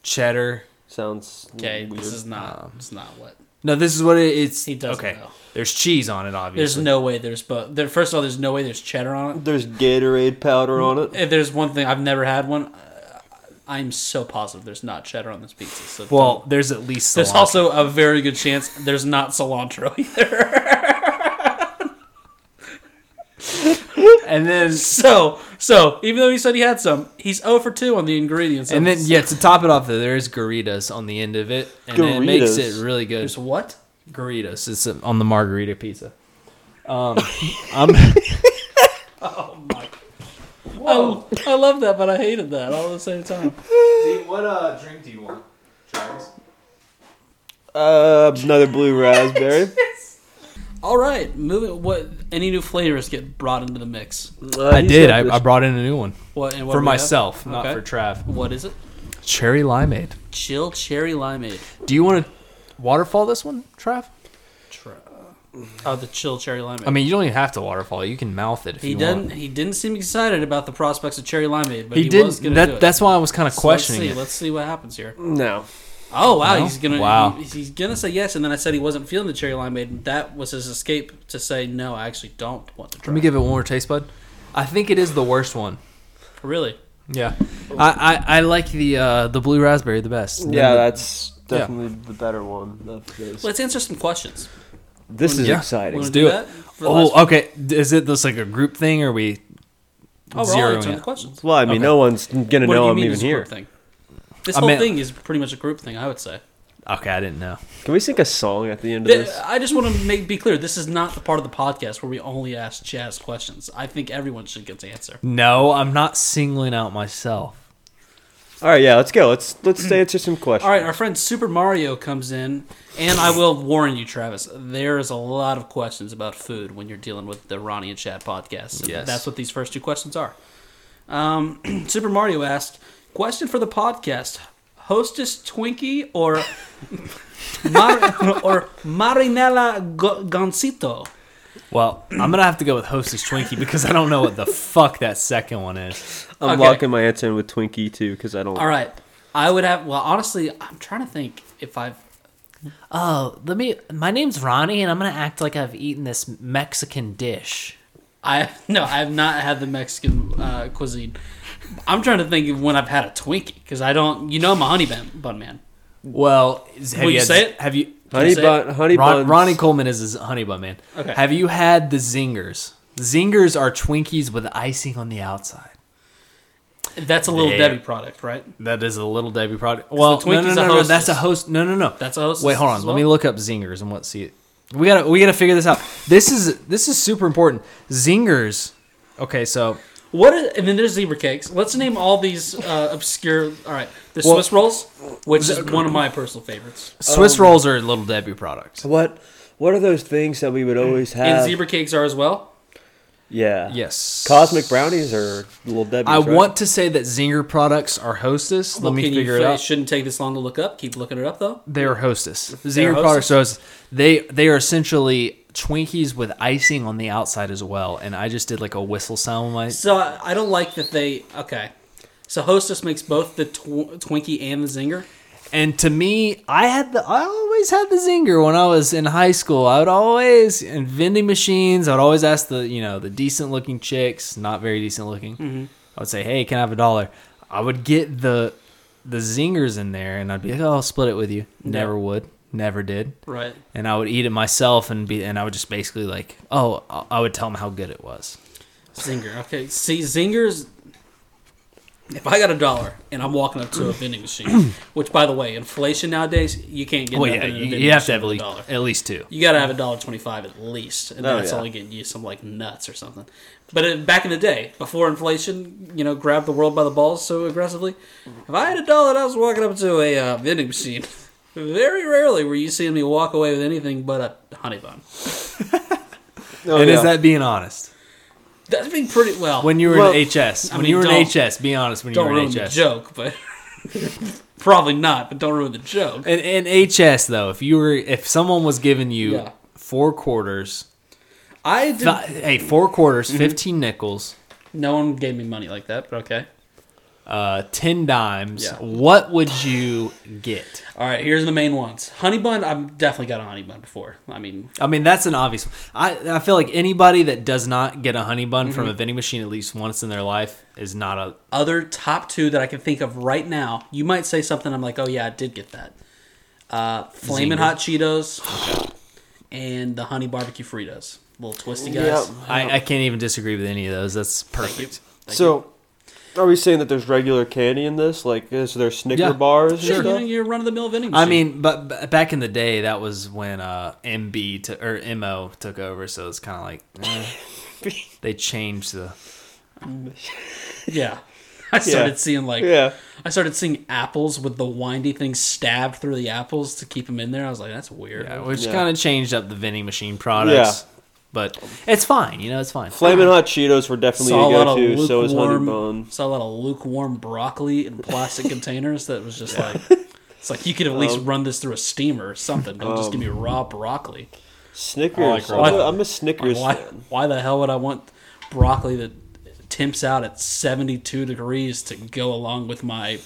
[SPEAKER 1] cheddar.
[SPEAKER 3] Sounds
[SPEAKER 2] Okay,
[SPEAKER 3] weird.
[SPEAKER 2] this is not. it's not what.
[SPEAKER 1] No, this is what it, it's.
[SPEAKER 2] He doesn't
[SPEAKER 1] okay.
[SPEAKER 2] know.
[SPEAKER 1] There's cheese on it,
[SPEAKER 2] There's
[SPEAKER 1] obviously.
[SPEAKER 2] no way there's but there first of all there's no way there's cheddar on
[SPEAKER 3] There's Gatorade powder on
[SPEAKER 2] it.
[SPEAKER 3] it.
[SPEAKER 2] If there's one thing I've never had one, uh, I'm so positive there's not cheddar on this pizza. So
[SPEAKER 1] Well,
[SPEAKER 2] don't-
[SPEAKER 1] there's at least
[SPEAKER 2] there's
[SPEAKER 1] cilantro.
[SPEAKER 2] also a very good chance there's not cilantro either.
[SPEAKER 1] and then
[SPEAKER 2] so so even though he said he had some, he's 0 for 2 on the ingredients.
[SPEAKER 1] and then yeah. To top it off, though, there is garitas on the end of it, and it makes
[SPEAKER 3] Garitas?
[SPEAKER 1] it really good. uh,
[SPEAKER 2] there's what?
[SPEAKER 1] Garitas. It's on the margarita pizza. I'm
[SPEAKER 2] Oh, I love that, but I hated that all at the same time.
[SPEAKER 1] what uh, drink do you want, Travis?
[SPEAKER 3] Uh, another blue raspberry.
[SPEAKER 2] All right, moving. What any new flavors get brought into the mix?
[SPEAKER 3] Uh,
[SPEAKER 1] I
[SPEAKER 3] he's
[SPEAKER 1] did.
[SPEAKER 3] got
[SPEAKER 1] I,
[SPEAKER 3] this-
[SPEAKER 1] I brought in a new one
[SPEAKER 2] What, and what
[SPEAKER 1] for
[SPEAKER 2] do we have?
[SPEAKER 1] myself, not
[SPEAKER 2] Okay.
[SPEAKER 1] for Trav.
[SPEAKER 2] What is it?
[SPEAKER 1] Cherry limeade.
[SPEAKER 2] Chill cherry limeade.
[SPEAKER 1] Do you want to waterfall this one, Trav?
[SPEAKER 2] Oh, the chill cherry limeade.
[SPEAKER 1] I mean, you don't even have to waterfall. You can mouth it if
[SPEAKER 2] he
[SPEAKER 1] you
[SPEAKER 2] didn't.
[SPEAKER 1] want.
[SPEAKER 2] He didn't seem excited about the prospects of cherry limeade, but
[SPEAKER 1] He,
[SPEAKER 2] he, was
[SPEAKER 1] didn't.
[SPEAKER 2] gonna do
[SPEAKER 1] That,
[SPEAKER 2] it.
[SPEAKER 1] that's why I was kind of
[SPEAKER 2] So
[SPEAKER 1] questioning
[SPEAKER 2] Let's see.
[SPEAKER 1] it.
[SPEAKER 2] Let's see what happens here.
[SPEAKER 3] No.
[SPEAKER 2] Oh wow,
[SPEAKER 1] No?
[SPEAKER 2] he's gonna
[SPEAKER 1] Wow.
[SPEAKER 2] he- he's gonna say yes, and then I said he wasn't feeling the cherry limeade, and that was his escape to say no. I actually don't want to try.
[SPEAKER 1] Let me give it one more taste bud. I think it is the worst one.
[SPEAKER 2] really.
[SPEAKER 1] Yeah, I, I, I like the uh, the blue raspberry the best. Then
[SPEAKER 3] Yeah,
[SPEAKER 1] the-
[SPEAKER 3] that's definitely the better one. of this.
[SPEAKER 2] Let's answer some questions.
[SPEAKER 3] This is
[SPEAKER 1] Yeah.
[SPEAKER 3] exciting.
[SPEAKER 2] Wanna
[SPEAKER 1] do it.
[SPEAKER 2] that for the last-
[SPEAKER 1] oh, okay. Is it this like a group thing? Or are we
[SPEAKER 2] oh, we're all
[SPEAKER 1] zeroing
[SPEAKER 2] answering
[SPEAKER 1] it?
[SPEAKER 2] the questions.
[SPEAKER 3] Well, I mean,
[SPEAKER 1] Okay.
[SPEAKER 3] no one's gonna
[SPEAKER 2] What do
[SPEAKER 3] know
[SPEAKER 2] you
[SPEAKER 3] I'm
[SPEAKER 2] mean
[SPEAKER 3] even
[SPEAKER 2] it's a
[SPEAKER 3] here.
[SPEAKER 2] group thing? This
[SPEAKER 1] I
[SPEAKER 2] whole
[SPEAKER 1] meant-
[SPEAKER 2] thing is pretty much a group thing, I would say.
[SPEAKER 1] Okay, I didn't know.
[SPEAKER 3] Can we sing a song at the end of
[SPEAKER 2] Th-
[SPEAKER 3] this?
[SPEAKER 2] I just want to make be clear: this is not the part of the podcast where we only ask Chaz questions. I think everyone should get to answer.
[SPEAKER 1] No, I'm not singling out myself.
[SPEAKER 3] All right, yeah, let's go. Let's let's answer some questions.
[SPEAKER 2] Mm. All right, our friend Super Mario comes in, and I will warn you, Travis. There is a lot of questions about food when you're dealing with the Ronnie and Chad podcast. and
[SPEAKER 1] Yes.
[SPEAKER 2] that's what these first two questions are. Um, Super Mario asked, "Question for the podcast: Hostess Twinkie or mar- or Marinella Go- Gansito?"
[SPEAKER 1] Well, I'm gonna have to go with Hostess Twinkie because I don't know what the fuck that second one is.
[SPEAKER 3] I'm
[SPEAKER 2] okay.
[SPEAKER 3] locking my answer in with Twinkie too because I don't.
[SPEAKER 2] All right, I would have. Well, honestly, I'm trying to think if I've.
[SPEAKER 4] Oh, let me. My name's Ronnie, and I'm gonna act like I've eaten this Mexican dish.
[SPEAKER 2] I no, I have not had the Mexican uh, cuisine. I'm trying to think of when I've had a Twinkie because I don't. You know, I'm a honey bun, bun man.
[SPEAKER 1] Well, is- have
[SPEAKER 2] Will you
[SPEAKER 1] had-
[SPEAKER 2] say it?
[SPEAKER 1] Have you?
[SPEAKER 3] Honey
[SPEAKER 2] Say
[SPEAKER 3] bun, honey
[SPEAKER 1] Ron-
[SPEAKER 3] buns.
[SPEAKER 1] Ronnie Coleman is his honey bun man.
[SPEAKER 2] Okay.
[SPEAKER 1] Have you had the zingers? Zingers are Twinkies with icing on the outside.
[SPEAKER 2] That's a little
[SPEAKER 1] Yeah.
[SPEAKER 2] Debbie product, right?
[SPEAKER 1] That is a little Debbie product. Well,
[SPEAKER 2] the
[SPEAKER 1] no, no,
[SPEAKER 2] Twinkie's
[SPEAKER 1] no,
[SPEAKER 2] a
[SPEAKER 1] no, that's a
[SPEAKER 2] Hostess.
[SPEAKER 1] host. No, no, no.
[SPEAKER 2] That's a Hostess
[SPEAKER 1] Wait, hold on.
[SPEAKER 2] as
[SPEAKER 1] Let me
[SPEAKER 2] well?
[SPEAKER 1] look up zingers and let's see it. We gotta, we gotta figure this out. This is, this is super important. Zingers. Okay, so
[SPEAKER 2] What? Are, and then there's zebra cakes. Let's name all these uh, obscure. All right, the
[SPEAKER 1] Well-
[SPEAKER 2] Swiss rolls, which is one of my personal favorites,
[SPEAKER 1] Swiss rolls are little Debbie products.
[SPEAKER 3] What what are those things that we would always have?
[SPEAKER 1] Uh,
[SPEAKER 2] and zebra cakes are as well.
[SPEAKER 3] Yeah.
[SPEAKER 1] Yes.
[SPEAKER 3] Cosmic brownies or little Debbie's.
[SPEAKER 1] I
[SPEAKER 3] right?
[SPEAKER 1] want to say that Zinger products are Hostess. Let
[SPEAKER 2] Well,
[SPEAKER 1] me
[SPEAKER 2] can you
[SPEAKER 1] figure it
[SPEAKER 2] fi-
[SPEAKER 1] out.
[SPEAKER 2] Shouldn't take this long to look up. Keep looking it up though.
[SPEAKER 1] They are Hostess.
[SPEAKER 2] They're
[SPEAKER 1] Zinger products are Hostess. They they are essentially Twinkies with icing on the outside as well. And I just did like a whistle sound with
[SPEAKER 2] So I, I don't like that they. Okay, so Hostess makes both the tw- Twinkie and the Zinger.
[SPEAKER 1] my. And to me, I had the I always had the Zinger when I was in high school. I would always in vending machines. I would always ask the you know the decent looking chicks, not very decent looking.
[SPEAKER 2] Mm-hmm.
[SPEAKER 1] I would say, hey, can I have a dollar? I would get the the Zingers in there, and I'd be like, oh, I'll split it with you. Never would. Never did.
[SPEAKER 2] Right.
[SPEAKER 1] and I would eat it myself and be and I would just basically like oh I- I would tell them how good it was.
[SPEAKER 2] Zinger. Okay. See, Zingers. If I got a dollar and I'm walking up to a vending machine, which by the way, inflation nowadays, you can't get.
[SPEAKER 1] Well,
[SPEAKER 2] nothing
[SPEAKER 1] Oh, yeah,
[SPEAKER 2] in a
[SPEAKER 1] you,
[SPEAKER 2] vending
[SPEAKER 1] you have to have
[SPEAKER 2] machine
[SPEAKER 1] at
[SPEAKER 2] with
[SPEAKER 1] least,
[SPEAKER 2] a dollar.
[SPEAKER 1] at least two.
[SPEAKER 2] You got to have a dollar twenty-five at least, and
[SPEAKER 3] Oh,
[SPEAKER 2] that's
[SPEAKER 3] yeah.
[SPEAKER 2] only getting you some like nuts or something. But uh, back in the day, before inflation, you know, grabbed the world by the balls so aggressively. If I had a dollar, and I was walking up to a uh, vending machine. Very rarely were you seeing me walk away with anything but a honey bun.
[SPEAKER 3] Oh,
[SPEAKER 1] and
[SPEAKER 3] yeah.
[SPEAKER 1] is that being honest?
[SPEAKER 2] That's been pretty well.
[SPEAKER 1] When you were
[SPEAKER 3] Well,
[SPEAKER 1] in HS,
[SPEAKER 2] I
[SPEAKER 1] when
[SPEAKER 2] mean,
[SPEAKER 1] you were in
[SPEAKER 2] don't-
[SPEAKER 1] HS, be honest when you
[SPEAKER 2] don't
[SPEAKER 1] were
[SPEAKER 2] ruin
[SPEAKER 1] in
[SPEAKER 2] the
[SPEAKER 1] HS.
[SPEAKER 2] joke, but probably not. But don't ruin the joke.
[SPEAKER 1] And in HS though, if you were if someone was giving you
[SPEAKER 2] Yeah.
[SPEAKER 1] four quarters,
[SPEAKER 2] I did.
[SPEAKER 1] not-
[SPEAKER 2] not
[SPEAKER 1] hey four quarters,
[SPEAKER 2] Mm-hmm.
[SPEAKER 1] fifteen nickels,
[SPEAKER 2] No one gave me money like that, but okay.
[SPEAKER 1] uh, ten dimes,
[SPEAKER 2] Yeah.
[SPEAKER 1] what would you get?
[SPEAKER 2] All right, here's the main ones. Honey bun. I've definitely got a honey bun before. I mean,
[SPEAKER 1] I mean, that's an obvious one. I, I feel like anybody that does not get a honey bun
[SPEAKER 2] Mm-hmm.
[SPEAKER 1] from a vending machine at least once in their life is not a.
[SPEAKER 2] other top two that I can think of right now. You might say something. I'm like, oh yeah, I did get that. Uh,
[SPEAKER 1] Zinger.
[SPEAKER 2] flaming hot Cheetos and the honey barbecue Fritos. Little twisty guys.
[SPEAKER 3] Yep.
[SPEAKER 1] I, I can't even disagree with any of those. That's perfect.
[SPEAKER 3] So Are we saying that there's regular candy in this? Like, is there Snicker
[SPEAKER 1] Yeah.
[SPEAKER 3] bars and
[SPEAKER 2] Sure, you know,
[SPEAKER 3] stuff?
[SPEAKER 2] you're run of the mill vending.
[SPEAKER 1] I
[SPEAKER 2] machine.
[SPEAKER 1] mean, but b- back in the day, that was when uh, MB to, or MO took over, so it's kind of like eh. they changed the.
[SPEAKER 2] yeah. I started
[SPEAKER 3] Yeah.
[SPEAKER 2] seeing like
[SPEAKER 3] Yeah.
[SPEAKER 2] I started seeing apples with the windy thing stabbed through the apples to keep them in there. I was like, that's weird.
[SPEAKER 1] Yeah, which
[SPEAKER 3] Yeah.
[SPEAKER 1] kind of changed up the vending machine products. But it's fine, you know, it's fine.
[SPEAKER 3] Flaming hot Cheetos were definitely
[SPEAKER 2] saw a
[SPEAKER 3] a
[SPEAKER 2] lot of
[SPEAKER 3] go to, so is Honey
[SPEAKER 2] lukewarm
[SPEAKER 3] Bun.
[SPEAKER 2] saw a lot of lukewarm broccoli in plastic containers that was just like it's like you could at least
[SPEAKER 3] Um,
[SPEAKER 2] run this through a steamer or something. Don't just give me raw broccoli.
[SPEAKER 3] Snickers.
[SPEAKER 2] raw-
[SPEAKER 3] I'm, a, I'm a
[SPEAKER 2] Like,
[SPEAKER 3] Snickers
[SPEAKER 2] why
[SPEAKER 3] fan.
[SPEAKER 2] why the hell would I want broccoli that temps out at seventy two degrees to go along with my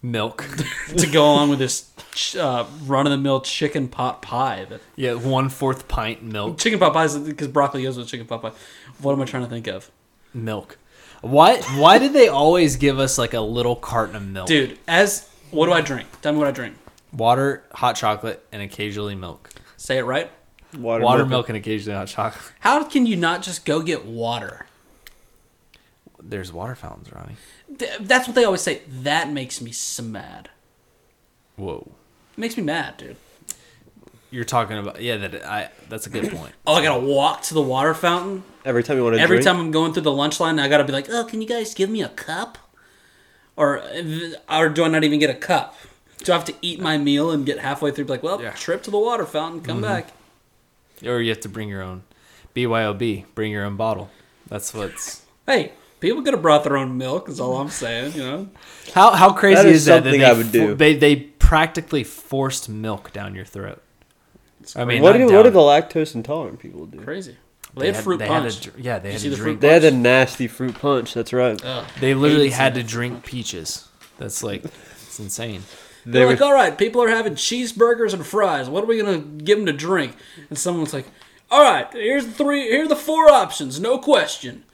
[SPEAKER 1] Milk.
[SPEAKER 2] to go along with this ch- uh, run of the mill chicken pot pie that
[SPEAKER 1] yeah, one fourth pint milk.
[SPEAKER 2] Chicken pot pies because broccoli goes with chicken pot pie. What am I trying to think of,
[SPEAKER 1] Milk. Why? Why did they always give us like a little carton of milk?
[SPEAKER 2] dude? As what do I drink? Tell me what I drink.
[SPEAKER 1] Water, hot chocolate, and occasionally milk.
[SPEAKER 2] Say it right.
[SPEAKER 3] Water,
[SPEAKER 1] Water,
[SPEAKER 3] milk.
[SPEAKER 1] milk, and occasionally hot chocolate.
[SPEAKER 2] How can you not just go get water?
[SPEAKER 1] There's water fountains, Ronnie.
[SPEAKER 2] Th- That's what they always say. That makes me so mad.
[SPEAKER 1] Whoa.
[SPEAKER 2] It makes me mad, dude.
[SPEAKER 1] You're talking about yeah. That I. That's a good point.
[SPEAKER 2] Oh, I gotta walk to the water fountain
[SPEAKER 3] Every time you want to
[SPEAKER 2] every
[SPEAKER 3] drink.
[SPEAKER 2] time I'm going through the lunch line. I gotta be like, oh, can you guys give me a cup? Or uh, or do I not even get a cup? Do I have to eat my meal and get halfway through? Be like, well,
[SPEAKER 1] Yeah.
[SPEAKER 2] trip to the water fountain, come back.
[SPEAKER 1] Or you have to bring your own. BYOB, bring your own bottle. That's what's.
[SPEAKER 2] Hey, people could have brought their own milk. Is all I'm saying. You know,
[SPEAKER 1] How how crazy
[SPEAKER 3] That is
[SPEAKER 1] is, that? that
[SPEAKER 3] something
[SPEAKER 1] they
[SPEAKER 3] I would
[SPEAKER 1] fo-
[SPEAKER 3] do.
[SPEAKER 1] They they practically forced milk down your throat. I mean, not
[SPEAKER 3] What do,
[SPEAKER 1] down-
[SPEAKER 3] what do the lactose intolerant people do?
[SPEAKER 2] crazy. Well, they, had, fruit
[SPEAKER 1] they Had
[SPEAKER 2] punch.
[SPEAKER 1] a, dr- yeah, they had
[SPEAKER 2] see
[SPEAKER 1] to
[SPEAKER 2] the fruit
[SPEAKER 1] drink.
[SPEAKER 3] They had a nasty fruit punch. That's right.
[SPEAKER 2] Ugh.
[SPEAKER 1] They literally
[SPEAKER 2] Hated
[SPEAKER 1] had to
[SPEAKER 2] it.
[SPEAKER 1] drink peaches. That's like, it's insane.
[SPEAKER 3] they
[SPEAKER 2] They're
[SPEAKER 3] were
[SPEAKER 2] like, "Oh, all right, people are having cheeseburgers and fries. What are we gonna give them to drink? And someone's like, all right, here's the three. Here are the four options. No question.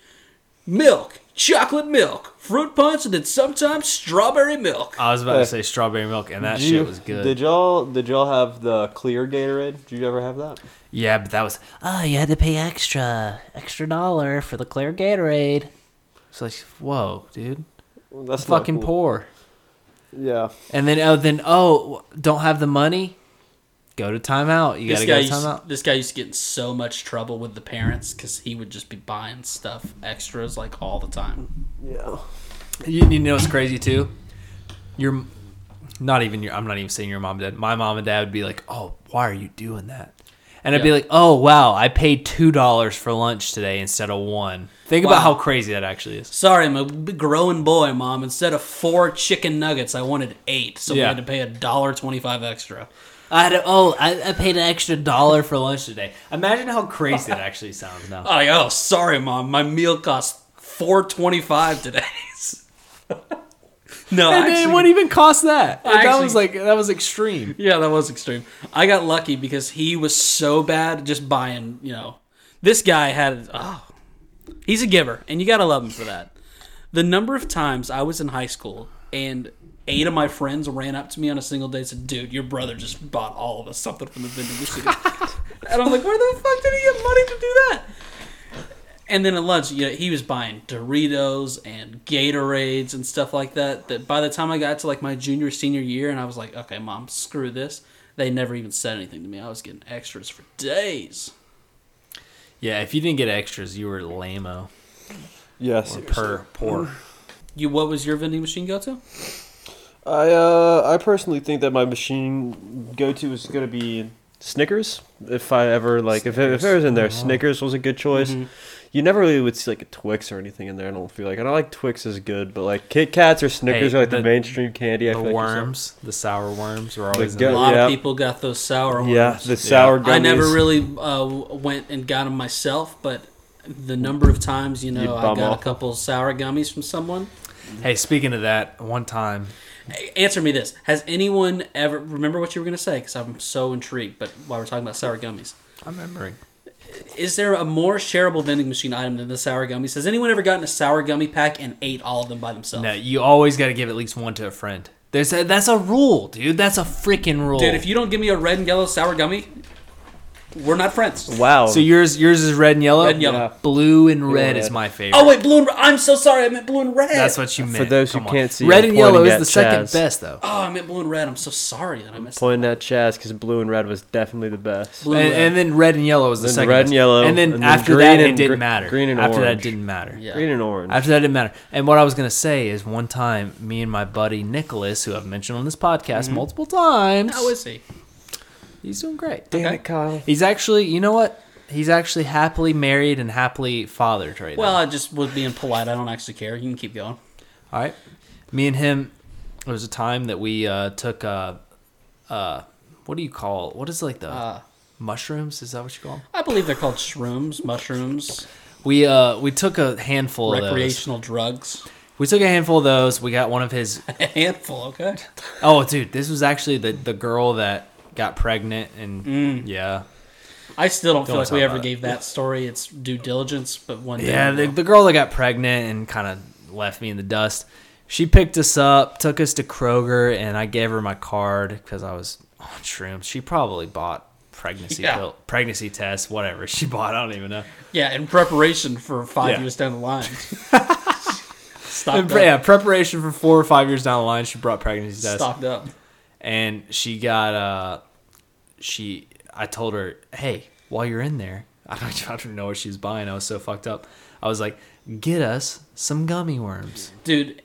[SPEAKER 2] Milk, chocolate milk, fruit punch, and then sometimes strawberry milk.
[SPEAKER 1] I was about
[SPEAKER 3] Uh,
[SPEAKER 1] to say strawberry milk, and that
[SPEAKER 3] Did you-
[SPEAKER 1] shit was good.
[SPEAKER 3] Did y'all did y'all have the clear Gatorade? Did you ever have that?
[SPEAKER 1] yeah, but that was
[SPEAKER 4] Oh, you had to pay extra, extra dollar for the clear Gatorade.
[SPEAKER 1] it's like whoa, dude,
[SPEAKER 3] Well, that's not
[SPEAKER 1] fucking
[SPEAKER 3] cool.
[SPEAKER 1] poor.
[SPEAKER 3] Yeah,
[SPEAKER 1] And then oh, then oh, don't have the money. Go to timeout. You
[SPEAKER 2] This
[SPEAKER 1] gotta
[SPEAKER 2] guy,
[SPEAKER 1] go to
[SPEAKER 2] used,
[SPEAKER 1] timeout.
[SPEAKER 2] this guy used to get in so much trouble with the parents because he would just be buying stuff extras like all the time.
[SPEAKER 3] yeah.
[SPEAKER 1] You, you know what's crazy too? Your, not even your. I'm not even saying your mom and dad. My mom and dad would be like, "Oh, why are you doing that?" And I'd be
[SPEAKER 2] Yeah.
[SPEAKER 1] like, "Oh wow, I paid two dollars for lunch today instead of one." Think
[SPEAKER 2] Wow.
[SPEAKER 1] about how crazy that actually is.
[SPEAKER 2] Sorry, I'm a b- growing boy, mom. Instead of four chicken nuggets, I wanted eight, so we
[SPEAKER 1] Yeah.
[SPEAKER 2] had to pay a dollar twenty-five extra.
[SPEAKER 1] I had a, oh, I, I paid an extra dollar for lunch today. Imagine how crazy that actually sounds now.
[SPEAKER 2] Oh, yeah, oh, sorry, mom. My meal cost four twenty-five today. no,
[SPEAKER 1] And
[SPEAKER 2] actually,
[SPEAKER 1] it wouldn't even cost that.
[SPEAKER 2] I
[SPEAKER 1] that
[SPEAKER 2] actually-
[SPEAKER 1] was like that was extreme.
[SPEAKER 2] yeah, that was extreme. I got lucky because he was so bad at just buying. You know, this guy had. Oh, he's a giver, and you gotta love him for that. The number of times I was in high school and eight of my friends ran up to me on a single day and said, "Dude, your brother just bought all of us something from the vending machine," and I'm like, "Where the fuck did he get money to do that?" And then at lunch, you know, he was buying Doritos and Gatorades and stuff like that. That by the time I got to like my junior senior year, and I was like, "Okay, mom, screw this." They never even said anything to me. I was getting extras for days.
[SPEAKER 1] Yeah, if you didn't get extras, you were lameo
[SPEAKER 3] Yes.
[SPEAKER 1] or per poor.
[SPEAKER 2] You, what was your vending machine go
[SPEAKER 3] Uh,
[SPEAKER 2] to?
[SPEAKER 3] I uh I personally think that my machine go to is gonna be Snickers. If I ever like if it, if it was in there, Snickers was a good choice. You never really would see like a Twix or anything in there. I don't feel like, and I like Twix is good, but like Kit Kats or Snickers
[SPEAKER 1] Hey,
[SPEAKER 3] are like the,
[SPEAKER 1] the-
[SPEAKER 3] mainstream candy. I
[SPEAKER 1] The
[SPEAKER 3] feel like yourself.
[SPEAKER 1] worms, the sour worms, were always in
[SPEAKER 3] go-
[SPEAKER 2] A
[SPEAKER 1] there.
[SPEAKER 2] lot
[SPEAKER 3] Yeah.
[SPEAKER 2] of people got those sour ones.
[SPEAKER 3] Yeah, the sour. Gummies.
[SPEAKER 2] I never really uh, w- went and got them myself, but the number of times you know
[SPEAKER 3] You
[SPEAKER 2] I
[SPEAKER 3] bum
[SPEAKER 2] got a
[SPEAKER 3] off.
[SPEAKER 2] couple sour gummies from someone.
[SPEAKER 1] Hey, speaking of that, one time
[SPEAKER 2] A- Answer me this: Has anyone ever remember what you were going to say? Because I'm so intrigued. But while we're talking about sour gummies,
[SPEAKER 1] I'm remembering.
[SPEAKER 2] is there a more shareable vending machine item than the sour gummies? Has anyone ever gotten a sour gummy pack and ate all of them by themselves?
[SPEAKER 1] No, you always got to give at least one to a friend. There's a, that's a rule, dude. That's a freaking rule.
[SPEAKER 2] Dude, if you don't give me a red and yellow sour gummy, We're not friends.
[SPEAKER 3] Wow.
[SPEAKER 1] So yours yours is red and yellow.
[SPEAKER 2] Red and yellow.
[SPEAKER 3] Yeah.
[SPEAKER 1] Blue and red
[SPEAKER 3] and
[SPEAKER 1] is
[SPEAKER 3] red.
[SPEAKER 1] my favorite.
[SPEAKER 2] Oh wait, blue and I'm so sorry. I meant blue and red.
[SPEAKER 1] that's what you meant.
[SPEAKER 3] those who
[SPEAKER 1] Come on.
[SPEAKER 3] can't see,
[SPEAKER 1] red
[SPEAKER 3] I'm
[SPEAKER 1] and yellow
[SPEAKER 3] pointing
[SPEAKER 1] is
[SPEAKER 3] at
[SPEAKER 1] the second
[SPEAKER 3] Chaz.
[SPEAKER 1] best though.
[SPEAKER 2] Oh, I meant blue and red. I'm so sorry that I missed. that.
[SPEAKER 3] Pointing at Chaz because blue and red was definitely the best.
[SPEAKER 2] Blue
[SPEAKER 1] and,
[SPEAKER 2] and red.
[SPEAKER 1] and then red and yellow is the
[SPEAKER 3] Then
[SPEAKER 1] second.
[SPEAKER 3] red
[SPEAKER 1] best.
[SPEAKER 3] and yellow,
[SPEAKER 1] and then
[SPEAKER 3] and then
[SPEAKER 1] after
[SPEAKER 3] green
[SPEAKER 1] that it
[SPEAKER 3] and
[SPEAKER 1] didn't
[SPEAKER 3] gr-
[SPEAKER 1] matter.
[SPEAKER 3] green and
[SPEAKER 1] after that
[SPEAKER 3] orange.
[SPEAKER 1] it didn't matter.
[SPEAKER 2] Yeah.
[SPEAKER 3] Green and orange.
[SPEAKER 1] After that, it didn't matter. And what I was going to say is one time, me and my buddy Nicholas, who I've mentioned on this podcast multiple times,
[SPEAKER 2] How is he?
[SPEAKER 1] he's doing great.
[SPEAKER 3] Damn it, Kyle.
[SPEAKER 1] He's actually, you know what? He's actually happily married and happily fathered right
[SPEAKER 2] Well,
[SPEAKER 1] now.
[SPEAKER 2] I just was being polite. I don't actually care. You can keep going.
[SPEAKER 1] All right. Me and him, it was a time that we uh, took, uh, uh, what do you call, what is like the
[SPEAKER 2] Uh,
[SPEAKER 1] mushrooms? Is that what you call 'em?
[SPEAKER 2] I believe they're called shrooms, mushrooms,
[SPEAKER 1] We, uh, we took a handful of those.
[SPEAKER 2] recreational drugs.
[SPEAKER 1] We took a handful of those. We got one of his
[SPEAKER 2] A handful, okay.
[SPEAKER 1] Oh, dude, this was actually the the girl that got pregnant, and
[SPEAKER 2] Mm.
[SPEAKER 1] yeah,
[SPEAKER 2] I still don't, feel
[SPEAKER 1] Don't
[SPEAKER 2] like we
[SPEAKER 1] talk
[SPEAKER 2] ever
[SPEAKER 1] about it.
[SPEAKER 2] gave that story its due diligence, but one day.
[SPEAKER 1] yeah,
[SPEAKER 2] we
[SPEAKER 1] the,
[SPEAKER 2] will.
[SPEAKER 1] the girl that got pregnant and kind of left me in the dust. She picked us up, took us to Kroger, and I gave her my card because I was on shrooms. She probably bought pregnancy
[SPEAKER 2] Yeah.
[SPEAKER 1] pill, pregnancy test, whatever she bought. I don't even know.
[SPEAKER 2] yeah, in preparation for five
[SPEAKER 1] Yeah.
[SPEAKER 2] years down the line.
[SPEAKER 1] In
[SPEAKER 2] Stopped
[SPEAKER 1] pre- yeah,
[SPEAKER 2] up.
[SPEAKER 1] preparation for four or five years down the line, she brought pregnancy test.
[SPEAKER 2] Stocked up.
[SPEAKER 1] and she got uh she i told her hey while you're in there i don't, I don't know what she was buying i was so fucked up i was like get us some gummy worms
[SPEAKER 2] Dude,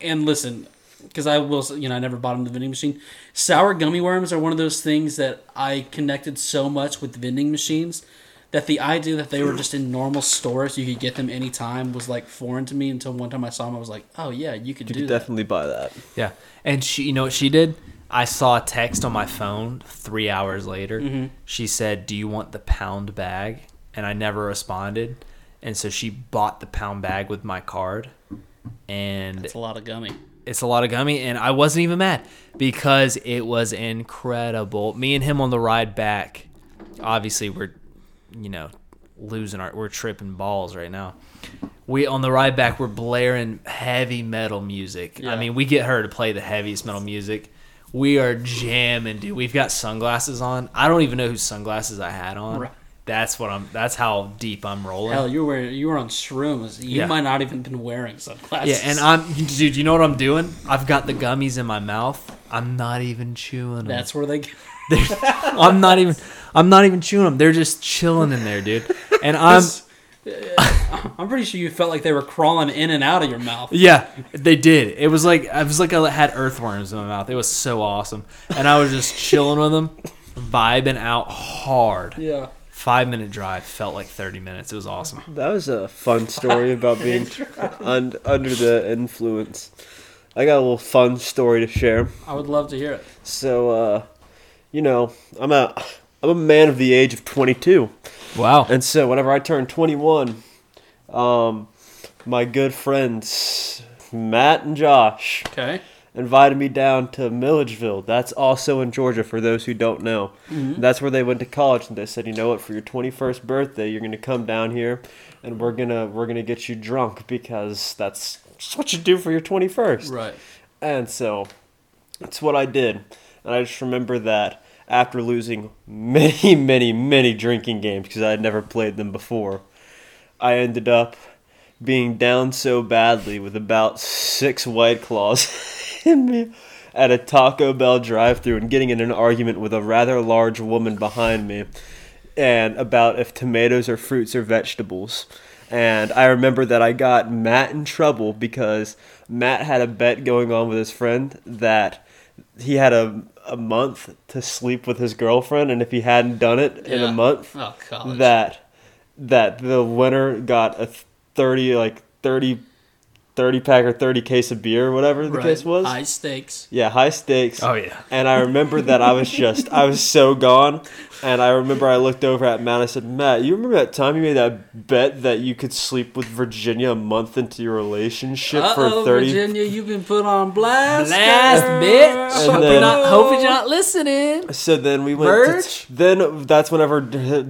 [SPEAKER 2] and listen, because I will, s- you know, I never bought them the vending machine. Sour gummy worms are one of those things that I connected so much with vending machines that the idea that they were just in normal stores, you could get them anytime, was like foreign to me until one time I saw them. I was like, oh, yeah, you could
[SPEAKER 3] You
[SPEAKER 2] do
[SPEAKER 3] could
[SPEAKER 2] that.
[SPEAKER 3] definitely buy that.
[SPEAKER 1] yeah and she you know what she did i saw a text on my phone three hours later she said do you want the pound bag and i never responded and so she bought the pound bag with my card and
[SPEAKER 2] It's a lot of gummy.
[SPEAKER 1] it's a lot of gummy and i wasn't even mad because it was incredible me and him on the ride back obviously we're you know losing our we're tripping balls right now we on the ride back we're blaring heavy metal music i
[SPEAKER 2] Yeah.
[SPEAKER 1] mean we get her to play the heaviest metal music we are jamming dude we've got sunglasses on i don't even know whose sunglasses i had on
[SPEAKER 2] Right.
[SPEAKER 1] that's what i'm that's how deep i'm rolling
[SPEAKER 2] Hell, you were you were on shrooms. You
[SPEAKER 1] Yeah.
[SPEAKER 2] might not even been wearing sunglasses.
[SPEAKER 1] Yeah, and I'm dude. You know what I'm doing? I've got the gummies in my mouth. I'm not even chewing them.
[SPEAKER 2] that's where they.
[SPEAKER 1] I'm not even. I'm not even chewing them. They're just chilling in there, dude. And I'm.
[SPEAKER 2] I'm pretty sure you felt like they were crawling in and out of your mouth.
[SPEAKER 1] Yeah, they did. It was like I was like I had earthworms in my mouth. It was so awesome, and I was just chilling with them, vibing out hard.
[SPEAKER 2] Yeah.
[SPEAKER 1] Five minute drive felt like thirty minutes. It was awesome.
[SPEAKER 3] That was a fun story about being un- under the influence. I got a little fun story to share.
[SPEAKER 2] I would love to hear it.
[SPEAKER 3] So, uh, you know, I'm a I'm a man of the age of 22,
[SPEAKER 1] Wow.
[SPEAKER 3] and so whenever I turned 21, um, my good friends Matt and Josh
[SPEAKER 2] Okay.
[SPEAKER 3] invited me down to Milledgeville. That's also in Georgia for those who don't know. That's where they went to college and they said, "You know what? For your 21st birthday, you're going to come down here and we're going to we're going to get you drunk because that's just what you do for your 21st."
[SPEAKER 2] Right.
[SPEAKER 3] And so it's what I did. And I just remember that after losing many, many, many drinking games because I had never played them before, I ended up being down so badly with about six White Claws in me at a Taco Bell drive through and getting in an argument with a rather large woman behind me and about if tomatoes are fruits or vegetables. And I remember that I got Matt in trouble because Matt had a bet going on with his friend that he had a, a month to sleep with his girlfriend, and if he hadn't done it in
[SPEAKER 2] Yeah.
[SPEAKER 3] a month,
[SPEAKER 2] Oh, college.
[SPEAKER 3] that that the winner got a 30 like 30 30 pack or 30 case of beer or whatever the
[SPEAKER 2] Right.
[SPEAKER 3] case was
[SPEAKER 2] High stakes.
[SPEAKER 3] yeah high stakes
[SPEAKER 1] Oh yeah.
[SPEAKER 3] and i remember that i was just i was so gone and i remember i looked over at matt i said matt you remember that time you made that bet that you could sleep with virginia a month into your relationship
[SPEAKER 2] Uh-oh,
[SPEAKER 3] for 30
[SPEAKER 2] Virginia, you've been put on blast.
[SPEAKER 1] Last
[SPEAKER 2] girl.
[SPEAKER 1] bitch.
[SPEAKER 3] And
[SPEAKER 1] Hope
[SPEAKER 3] then-
[SPEAKER 1] you're not. Hope you're not listening.
[SPEAKER 3] So then we went.
[SPEAKER 1] Verge?
[SPEAKER 3] To, then that's whenever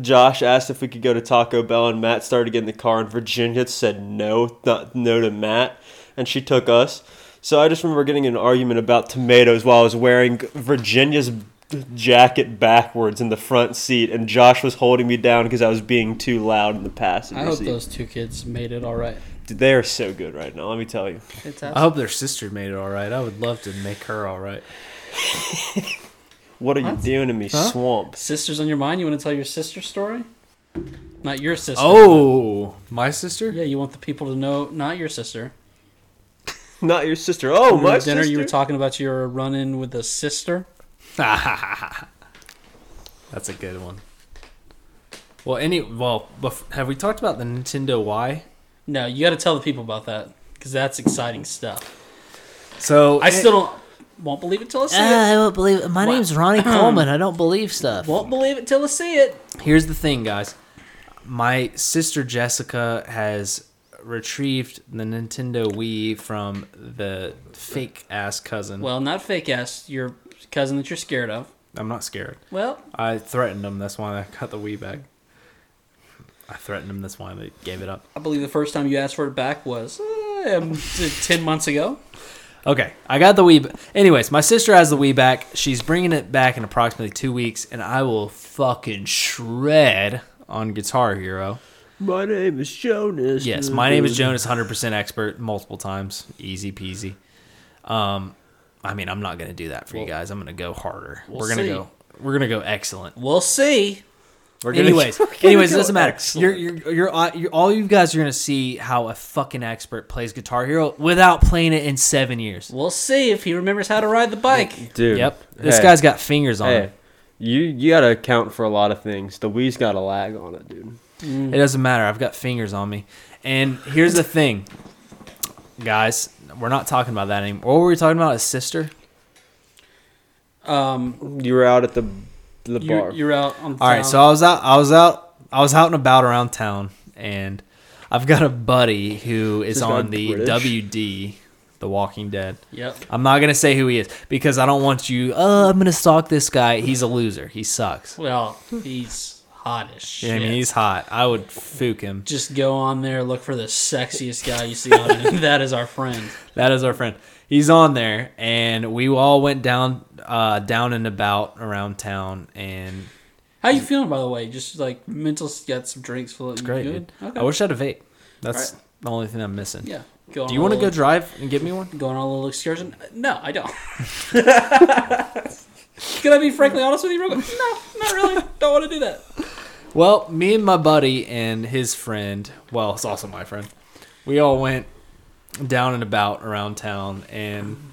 [SPEAKER 3] Josh asked if we could go to Taco Bell, and Matt started getting in the car, and Virginia said no, not no to Matt, and she took us. So I just remember getting in an argument about tomatoes while I was wearing Virginia's jacket backwards in the front seat, and Josh was holding me down because I was being too loud in the passenger
[SPEAKER 2] I hope
[SPEAKER 3] seat.
[SPEAKER 2] those two kids made it all right.
[SPEAKER 3] Dude, they are so good right now. Let me tell you.
[SPEAKER 2] Uh,
[SPEAKER 1] I hope their sister made it all right. I would love to make her all right.
[SPEAKER 3] What are you doing to me, swamp?
[SPEAKER 2] Sisters on your mind? You want to tell your sister's story? Not your sister.
[SPEAKER 1] Oh, my sister?
[SPEAKER 2] but- yeah. You want the people to know, not your sister.
[SPEAKER 3] Not your sister. Oh,
[SPEAKER 2] Remember
[SPEAKER 3] my
[SPEAKER 2] at dinner,
[SPEAKER 3] sister.
[SPEAKER 2] you were talking about your run-in with a sister.
[SPEAKER 1] That's a good one. Well, any well, bef- have we talked about the Nintendo Y?
[SPEAKER 2] No, you got to tell the people about that because that's exciting stuff.
[SPEAKER 1] So
[SPEAKER 2] I still don't won't believe it till I see
[SPEAKER 4] Uh,
[SPEAKER 2] it.
[SPEAKER 4] I won't believe it. My
[SPEAKER 2] What?
[SPEAKER 4] name's Ronnie Coleman. I don't believe stuff.
[SPEAKER 2] Won't believe it till I see it.
[SPEAKER 1] Here's the thing, guys. My sister Jessica has retrieved the Nintendo Wii from the fake ass cousin.
[SPEAKER 2] Well, not fake ass. Your cousin that you're scared of.
[SPEAKER 1] I'm not scared.
[SPEAKER 2] Well,
[SPEAKER 1] I threatened them. That's why I got the Wii back. I threatened them. That's why they gave it up.
[SPEAKER 2] I believe the first time you asked for it back was uh, um, t- ten months ago.
[SPEAKER 1] Okay, I got the Wii. b- Anyways, my sister has the Wii back. She's bringing it back in approximately two weeks, and I will fucking shred on Guitar Hero.
[SPEAKER 3] My name is Jonas.
[SPEAKER 1] Yes, my name is Jonas, 100% expert, multiple times. Easy peasy. Um, I mean, I'm not going to do that for you guys. I'm going to go harder.
[SPEAKER 2] we'll
[SPEAKER 1] we're going to
[SPEAKER 2] see.
[SPEAKER 1] go. We're gonna go excellent.
[SPEAKER 2] We'll see.
[SPEAKER 3] We're gonna-
[SPEAKER 1] Anyways,
[SPEAKER 3] we're gonna
[SPEAKER 1] anyways, it
[SPEAKER 3] go
[SPEAKER 1] doesn't matter. You're,
[SPEAKER 3] excellent.
[SPEAKER 1] you're, you're, you're, all you guys are gonna see how a fucking expert plays Guitar Hero without playing it in seven years.
[SPEAKER 2] We'll see if he remembers how to ride the bike.
[SPEAKER 3] Dude.
[SPEAKER 1] Yep, this
[SPEAKER 3] hey,
[SPEAKER 1] guy's got fingers on him.
[SPEAKER 3] Hey, you you gotta account for a lot of things. The Wii's got a lag on it, dude.
[SPEAKER 1] It doesn't matter. I've got fingers on me. And here's the thing, guys. We're not talking about that anymore. What were we talking about? His sister.
[SPEAKER 2] Um,
[SPEAKER 3] You were out at the the
[SPEAKER 2] you're,
[SPEAKER 3] bar.
[SPEAKER 2] you're out on.
[SPEAKER 1] All right.
[SPEAKER 2] town.
[SPEAKER 1] So I was out. I was out. I was out and about around town, and I've got a buddy who is
[SPEAKER 3] This guy
[SPEAKER 1] on the
[SPEAKER 3] British?
[SPEAKER 1] WD, The Walking Dead.
[SPEAKER 2] Yep.
[SPEAKER 1] I'm not gonna say who he is because I don't want you. Oh, I'm gonna stalk this guy. He's a loser. He sucks.
[SPEAKER 2] Well, he's hot as shit.
[SPEAKER 1] Yeah, I mean, he's hot. I would fook him.
[SPEAKER 2] Just go on there, look for the sexiest guy you see on it. that is our friend.
[SPEAKER 1] That is our friend. He's on there, and we all went down, uh, down and about around town, and
[SPEAKER 2] How you feeling, by the way? Just like mental, got some drinks full. It's
[SPEAKER 1] great.
[SPEAKER 2] Good?
[SPEAKER 1] Dude.
[SPEAKER 2] Okay.
[SPEAKER 1] I wish I had a vape. That's
[SPEAKER 2] Alright.
[SPEAKER 1] the only thing I'm missing.
[SPEAKER 2] yeah. Go on
[SPEAKER 1] Do you
[SPEAKER 2] a
[SPEAKER 1] want to
[SPEAKER 2] little-
[SPEAKER 1] go drive and get me one?
[SPEAKER 2] go on a little excursion? No, I don't. Can I be frankly honest with you, real quick? No, not really. Don't want to do that.
[SPEAKER 1] Well, me and my buddy and his friend, well, it's also my friend. We all went down and about around town, and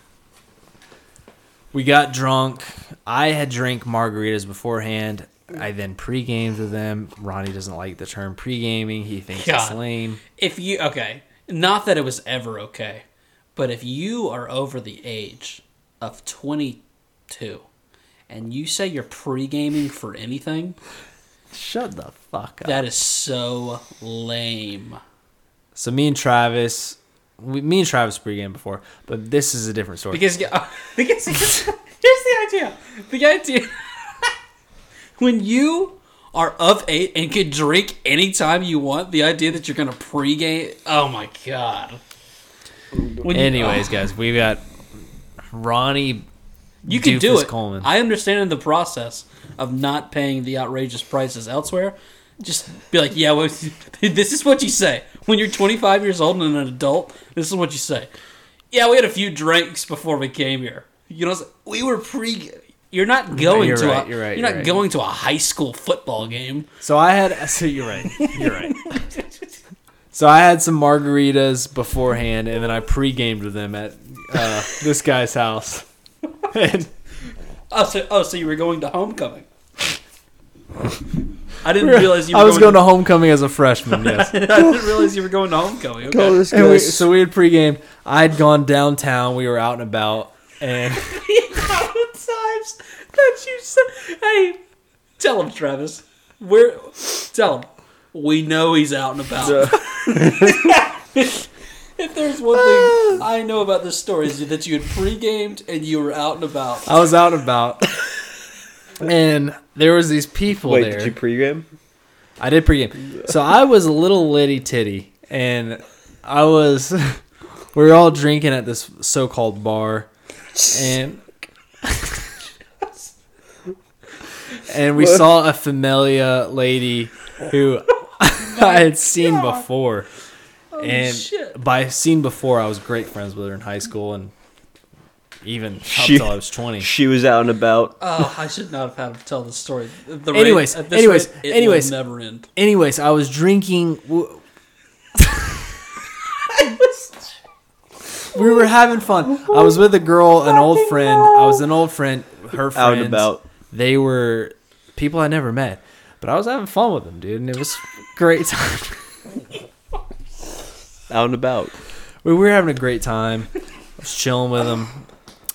[SPEAKER 1] we got drunk. I had drank margaritas beforehand. I then pre-gamed with them. Ronnie doesn't like the term pre-gaming. He thinks it's
[SPEAKER 2] God.
[SPEAKER 1] lame.
[SPEAKER 2] If you okay, not that it was ever okay, but if you are over the age of twenty-two and you say you're pre-gaming for anything,
[SPEAKER 1] Shut the fuck up.
[SPEAKER 2] that is so lame.
[SPEAKER 1] So me and Travis, we, me and Travis pre-gamed before, but this is a different story.
[SPEAKER 2] Because, because here's the idea. The idea when you are of eight and can drink anytime you want, the idea that you're gonna pregame. Oh my god. When you-
[SPEAKER 1] Anyways,
[SPEAKER 2] oh,
[SPEAKER 1] guys, we got Ronnie.
[SPEAKER 2] you can do
[SPEAKER 1] Doofus
[SPEAKER 2] it.
[SPEAKER 1] Coleman.
[SPEAKER 2] I understand the process of not paying the outrageous prices elsewhere. Just be like, yeah, well, this is what you say when you're 25 years old and an adult. This is what you say. Yeah, we had a few drinks before we came here. You know, we were pre. You're not going
[SPEAKER 1] you're
[SPEAKER 2] to
[SPEAKER 1] right,
[SPEAKER 2] a,
[SPEAKER 1] you're right,
[SPEAKER 2] you're
[SPEAKER 1] you're
[SPEAKER 2] not
[SPEAKER 1] right.
[SPEAKER 2] going to a high school football game.
[SPEAKER 1] So I had. So you're right. You're right. so I had some margaritas beforehand, and then I pre-gamed with them at uh, this guy's house. And
[SPEAKER 2] Oh, so oh, so you were going to homecoming. I didn't realize you. Were
[SPEAKER 1] I was going to homecoming as a freshman. Yes.
[SPEAKER 2] I didn't realize you were going to homecoming. Okay.
[SPEAKER 3] Oh, this
[SPEAKER 1] And we,
[SPEAKER 3] guy's-
[SPEAKER 1] so we had pre-gamed. I'd gone downtown. We were out and about, and
[SPEAKER 2] the amount of times that you said, "Hey, tell him, Travis. We're tell him we know he's out and about." if there's one thing I know about this story is that you had pre-gamed and you were out and about.
[SPEAKER 1] I was out and about. And there was these people
[SPEAKER 3] Wait,
[SPEAKER 1] there.
[SPEAKER 3] did you pregame?
[SPEAKER 1] I did pregame. So I was a little litty titty, and I was. We were all drinking at this so-called bar, and and we saw a familiar lady who I had seen before. and
[SPEAKER 2] shit.
[SPEAKER 1] by seen before, I was great friends with her in high school and even up
[SPEAKER 3] She-
[SPEAKER 1] till I was 20.
[SPEAKER 3] She was out and about.
[SPEAKER 2] Oh, I should not have had to tell the story. The
[SPEAKER 1] Anyways,
[SPEAKER 2] rate, at this
[SPEAKER 1] anyways,
[SPEAKER 2] rate, it
[SPEAKER 1] anyways.
[SPEAKER 2] will never end.
[SPEAKER 1] Anyways, I was drinking. w- we were having fun. I was with a girl, an old friend. I was an old friend. Her friends.
[SPEAKER 3] Out and about.
[SPEAKER 1] They were people I never met, but I was having fun with them, dude, and it was a great time.
[SPEAKER 3] Out and about.
[SPEAKER 1] we were having a great time. I was chilling with them,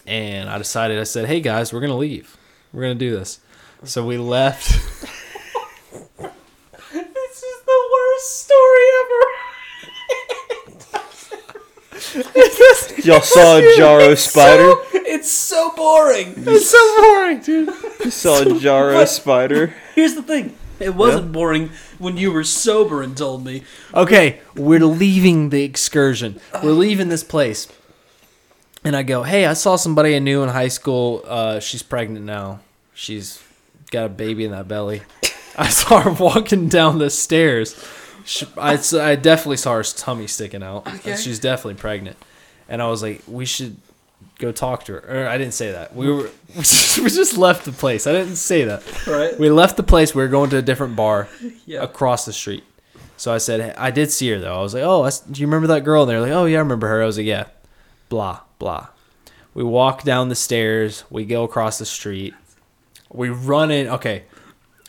[SPEAKER 1] and I decided. I said, "Hey guys, we're gonna leave. We're gonna do this." So we left.
[SPEAKER 2] This is the worst story ever.
[SPEAKER 3] Y'all saw a Jaro spider.
[SPEAKER 2] It's so boring.
[SPEAKER 1] It's so boring, dude.
[SPEAKER 3] You saw a Jaro spider.
[SPEAKER 2] Here's the thing. It wasn't boring when you were sober and told me.
[SPEAKER 1] okay, we're leaving the excursion. We're leaving this place. And I go, hey, I saw somebody I knew in high school. Uh, she's pregnant now. She's got a baby in that belly. I saw her walking down the stairs. She, I, s- I definitely saw her tummy sticking out. Uh,
[SPEAKER 2] Okay.
[SPEAKER 1] She's definitely pregnant. And I was like, we should go talk to her. Or I didn't say that. We were we just left the place. I didn't say that.
[SPEAKER 2] Right.
[SPEAKER 1] We left the place. We were going to a different bar
[SPEAKER 2] Yeah.
[SPEAKER 1] across the street. So I said, hey, I did see her though. I was like, oh, I s- do you remember that girl? And they're like, oh yeah, I remember her. I was like, yeah, blah blah. We walk down the stairs. We go across the street. We run in. Okay,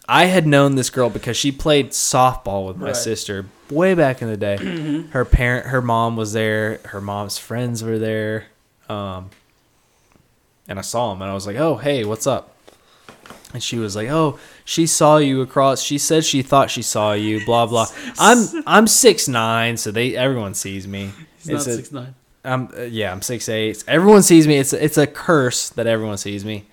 [SPEAKER 1] I had known this girl because she played softball with my
[SPEAKER 2] Right.
[SPEAKER 1] sister way back in the day. Her parent, her mom was there. Her mom's friends were there. Um, and I saw him, and I was like, oh hey, what's up? And she was like, "Oh, she saw you across. She said she thought she saw you. Blah blah. I'm I'm six nine, so they everyone sees me.
[SPEAKER 2] He's not
[SPEAKER 1] It's a-
[SPEAKER 2] six nine.
[SPEAKER 1] I'm uh, yeah, I'm six eight. Everyone sees me. It's it's a curse that everyone sees me.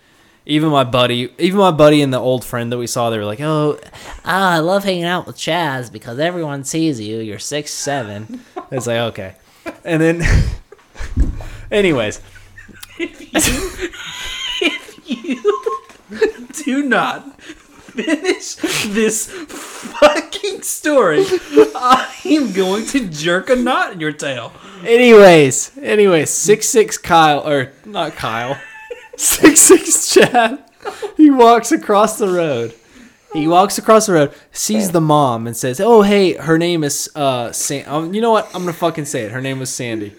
[SPEAKER 1] Even my buddy, even my buddy and the old friend that we saw, they were like, "Oh,
[SPEAKER 4] Ah, I love hanging out with Chaz because everyone sees you. You're six seven.
[SPEAKER 1] it's like okay." And then, anyways,
[SPEAKER 2] Do not finish this fucking story. I am going to jerk a knot in your tail.
[SPEAKER 1] anyways, anyways, six six Kyle or not Kyle, six six Chad. He walks across the road. He walks across the road, sees the mom, and says, "Oh, hey, her name is uh, San. Um, you know what? I'm gonna fucking say it. Her name was Sandy."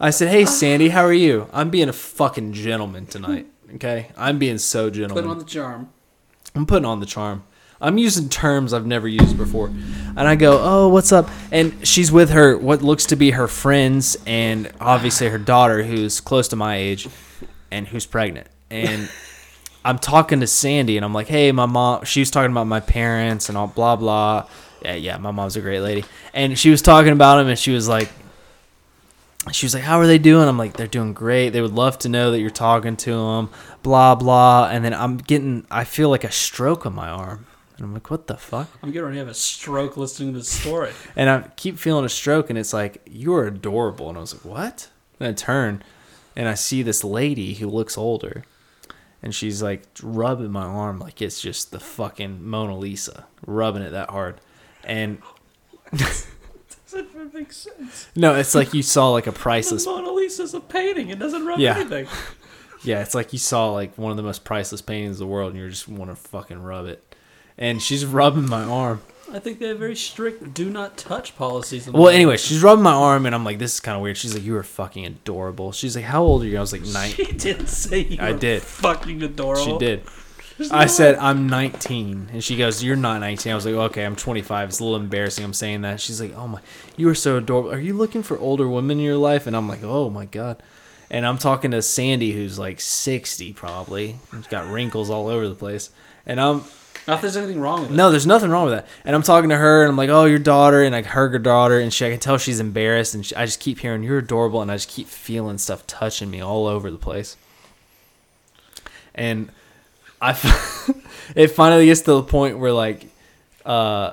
[SPEAKER 1] I said, "Hey, Sandy, how are you? I'm being a fucking gentleman tonight. Okay, I'm being so
[SPEAKER 2] Put
[SPEAKER 1] gentleman.
[SPEAKER 2] on the charm.
[SPEAKER 1] I'm putting on the charm. I'm using terms I've never used before. And I go, "Oh, what's up?" And she's with her what looks to be her friends and obviously her daughter who's close to my age and who's pregnant. And I'm talking to Sandy and I'm like, "Hey, my mom, she was talking about my parents and all blah blah." Yeah, yeah, my mom's a great lady. And she was talking about him and she was like she was like, "How are they doing?" I'm like, "They're doing great. They would love to know that you're talking to them." Blah blah. And then I'm getting, I feel like a stroke on my arm, and I'm like, "What the fuck?"
[SPEAKER 2] I'm getting ready to have a stroke listening to this story.
[SPEAKER 1] And I keep feeling a stroke, and it's like, "You're adorable." And I was like, "What?" And I turn, and I see this lady who looks older, and she's like rubbing my arm like it's just the fucking Mona Lisa, rubbing it that hard, and.
[SPEAKER 2] Doesn't make sense.
[SPEAKER 1] No, it's like you saw like a priceless
[SPEAKER 2] Mona Lisa's a painting. It doesn't rub
[SPEAKER 1] Yeah.
[SPEAKER 2] anything.
[SPEAKER 1] Yeah, it's like you saw like one of the most priceless paintings in the world, and you just want to fucking rub it. And she's rubbing my arm.
[SPEAKER 2] I think they have very strict do not touch policies. in
[SPEAKER 1] Well,
[SPEAKER 2] Malaysia.
[SPEAKER 1] anyway, she's rubbing my arm, and I'm like, "This is kind of weird." She's like, "You are fucking adorable." She's like, "How old are you?" I was like,
[SPEAKER 2] She
[SPEAKER 1] "19."
[SPEAKER 2] didn't say you
[SPEAKER 1] I
[SPEAKER 2] were
[SPEAKER 1] did.
[SPEAKER 2] fucking adorable.
[SPEAKER 1] She did. I said, "I'm 19," and she goes, "You're not 19." I was like, "Okay, I'm 25." It's a little embarrassing. I'm saying that. She's like, "Oh my, you are so adorable. Are you looking for older women in your life?" And I'm like, "Oh my god." And I'm talking to Sandy, who's like 60 probably. She's got wrinkles all over the place. And I'm
[SPEAKER 2] Not that there's anything wrong with it.
[SPEAKER 1] No, there's nothing wrong with that. And I'm talking to her, and I'm like, "Oh, your daughter," and like her, her daughter, and she, I can tell she's embarrassed, and she, I just keep hearing, "You're adorable," and I just keep feeling stuff touching me all over the place. And I, fi- it finally gets to the point where like, uh,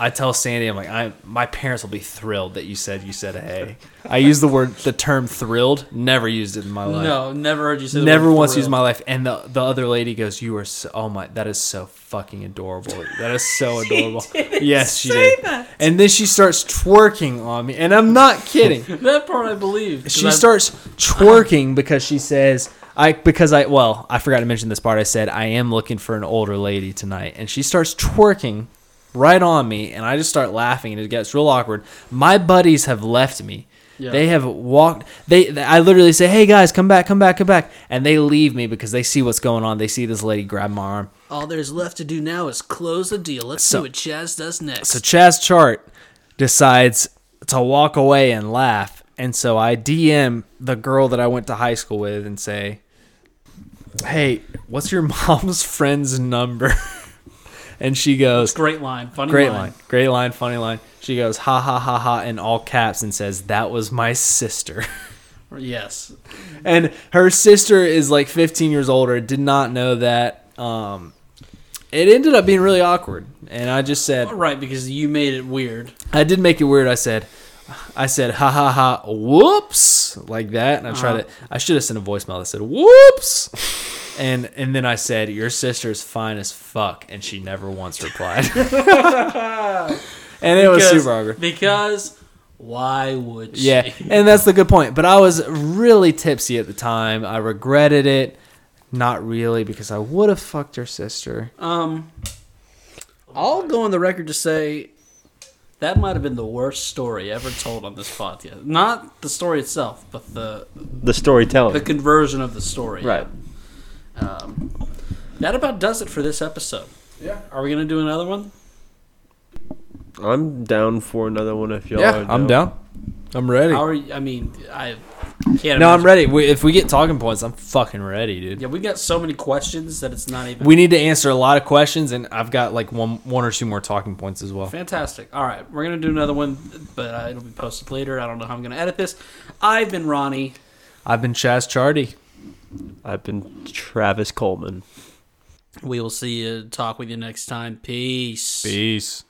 [SPEAKER 1] I tell Sandy, I'm like, I my parents will be thrilled that you said you said hey. I use the word the term thrilled. Never used it in my life.
[SPEAKER 2] No, never heard you say. the
[SPEAKER 1] Never
[SPEAKER 2] word
[SPEAKER 1] once used
[SPEAKER 2] thrilled.
[SPEAKER 1] my life. And the the other lady goes, "You are so, oh my, that is so fucking adorable. That is so adorable." yes, she did. And then she starts twerking on me, and I'm not kidding.
[SPEAKER 2] That part I believe. 'cause
[SPEAKER 1] she
[SPEAKER 2] I- Uh-huh.
[SPEAKER 1] starts twerking because she says I because I well I forgot to mention this part. I said I am looking for an older lady tonight, and she starts twerking right on me, and I just start laughing, and it gets real awkward. My buddies have left me.
[SPEAKER 2] Yeah.
[SPEAKER 1] They have walked. They, th- I literally say, "Hey guys, come back, come back, come back," and they leave me because they see what's going on. They see this lady grab my arm.
[SPEAKER 2] All there's left to do now is close the deal. Let's
[SPEAKER 1] So-
[SPEAKER 2] see what Chaz does next.
[SPEAKER 1] So Chaz Chart decides to walk away and laugh, and so I DM the girl that I went to high school with and say, "Hey, what's your mom's friend's number?" and she goes,
[SPEAKER 2] great line, funny
[SPEAKER 1] "Great
[SPEAKER 2] line.
[SPEAKER 1] line, great line, funny line." She goes, "Ha ha ha ha!" in all caps and says, "That was my sister."
[SPEAKER 2] Yes,
[SPEAKER 1] and her sister is like 15 years older. Did not know that. Um, it ended up being really awkward, and I just said,
[SPEAKER 2] right because you made it weird.
[SPEAKER 1] I did make it weird. I said, I said, ha ha ha, whoops, like that. And I
[SPEAKER 2] Uh-huh.
[SPEAKER 1] tried to, I should have sent a voicemail that said, whoops. And and then I said, your sister's fine as fuck. And she never once replied. and it was
[SPEAKER 2] Because-
[SPEAKER 1] super awkward.
[SPEAKER 2] Because why would she?
[SPEAKER 1] Yeah. And that's the good point. But I was really tipsy at the time. I regretted it. Not really, because I would have fucked her sister.
[SPEAKER 2] Um, I'll go on the record to say that might have been the worst story ever told on this podcast. Not the story itself, but the
[SPEAKER 3] The
[SPEAKER 2] the
[SPEAKER 3] storytelling.
[SPEAKER 2] conversion of the story.
[SPEAKER 3] Right.
[SPEAKER 2] Um, that about does it for this episode. Yeah. Are we gonna do another one?
[SPEAKER 3] I'm down for another one if y'all
[SPEAKER 2] Oh,
[SPEAKER 3] are
[SPEAKER 1] I'm down. I'm ready.
[SPEAKER 2] How are you, I mean, I can't.
[SPEAKER 1] No, I'm
[SPEAKER 2] imagine-
[SPEAKER 1] ready. We, if we get talking points, I'm fucking ready, dude.
[SPEAKER 2] Yeah, we got so many questions that it's not even.
[SPEAKER 1] we need to answer a lot of questions and i've got like one one or two more talking points as well
[SPEAKER 2] Fantastic. All right, we're gonna do another one, but uh, it'll be posted later. I don't know how I'm gonna edit this. I've been Ronnie.
[SPEAKER 1] i've been chaz chardy
[SPEAKER 3] I've been Travis Coleman.
[SPEAKER 2] We will see you. Talk with you next time. Peace.
[SPEAKER 1] peace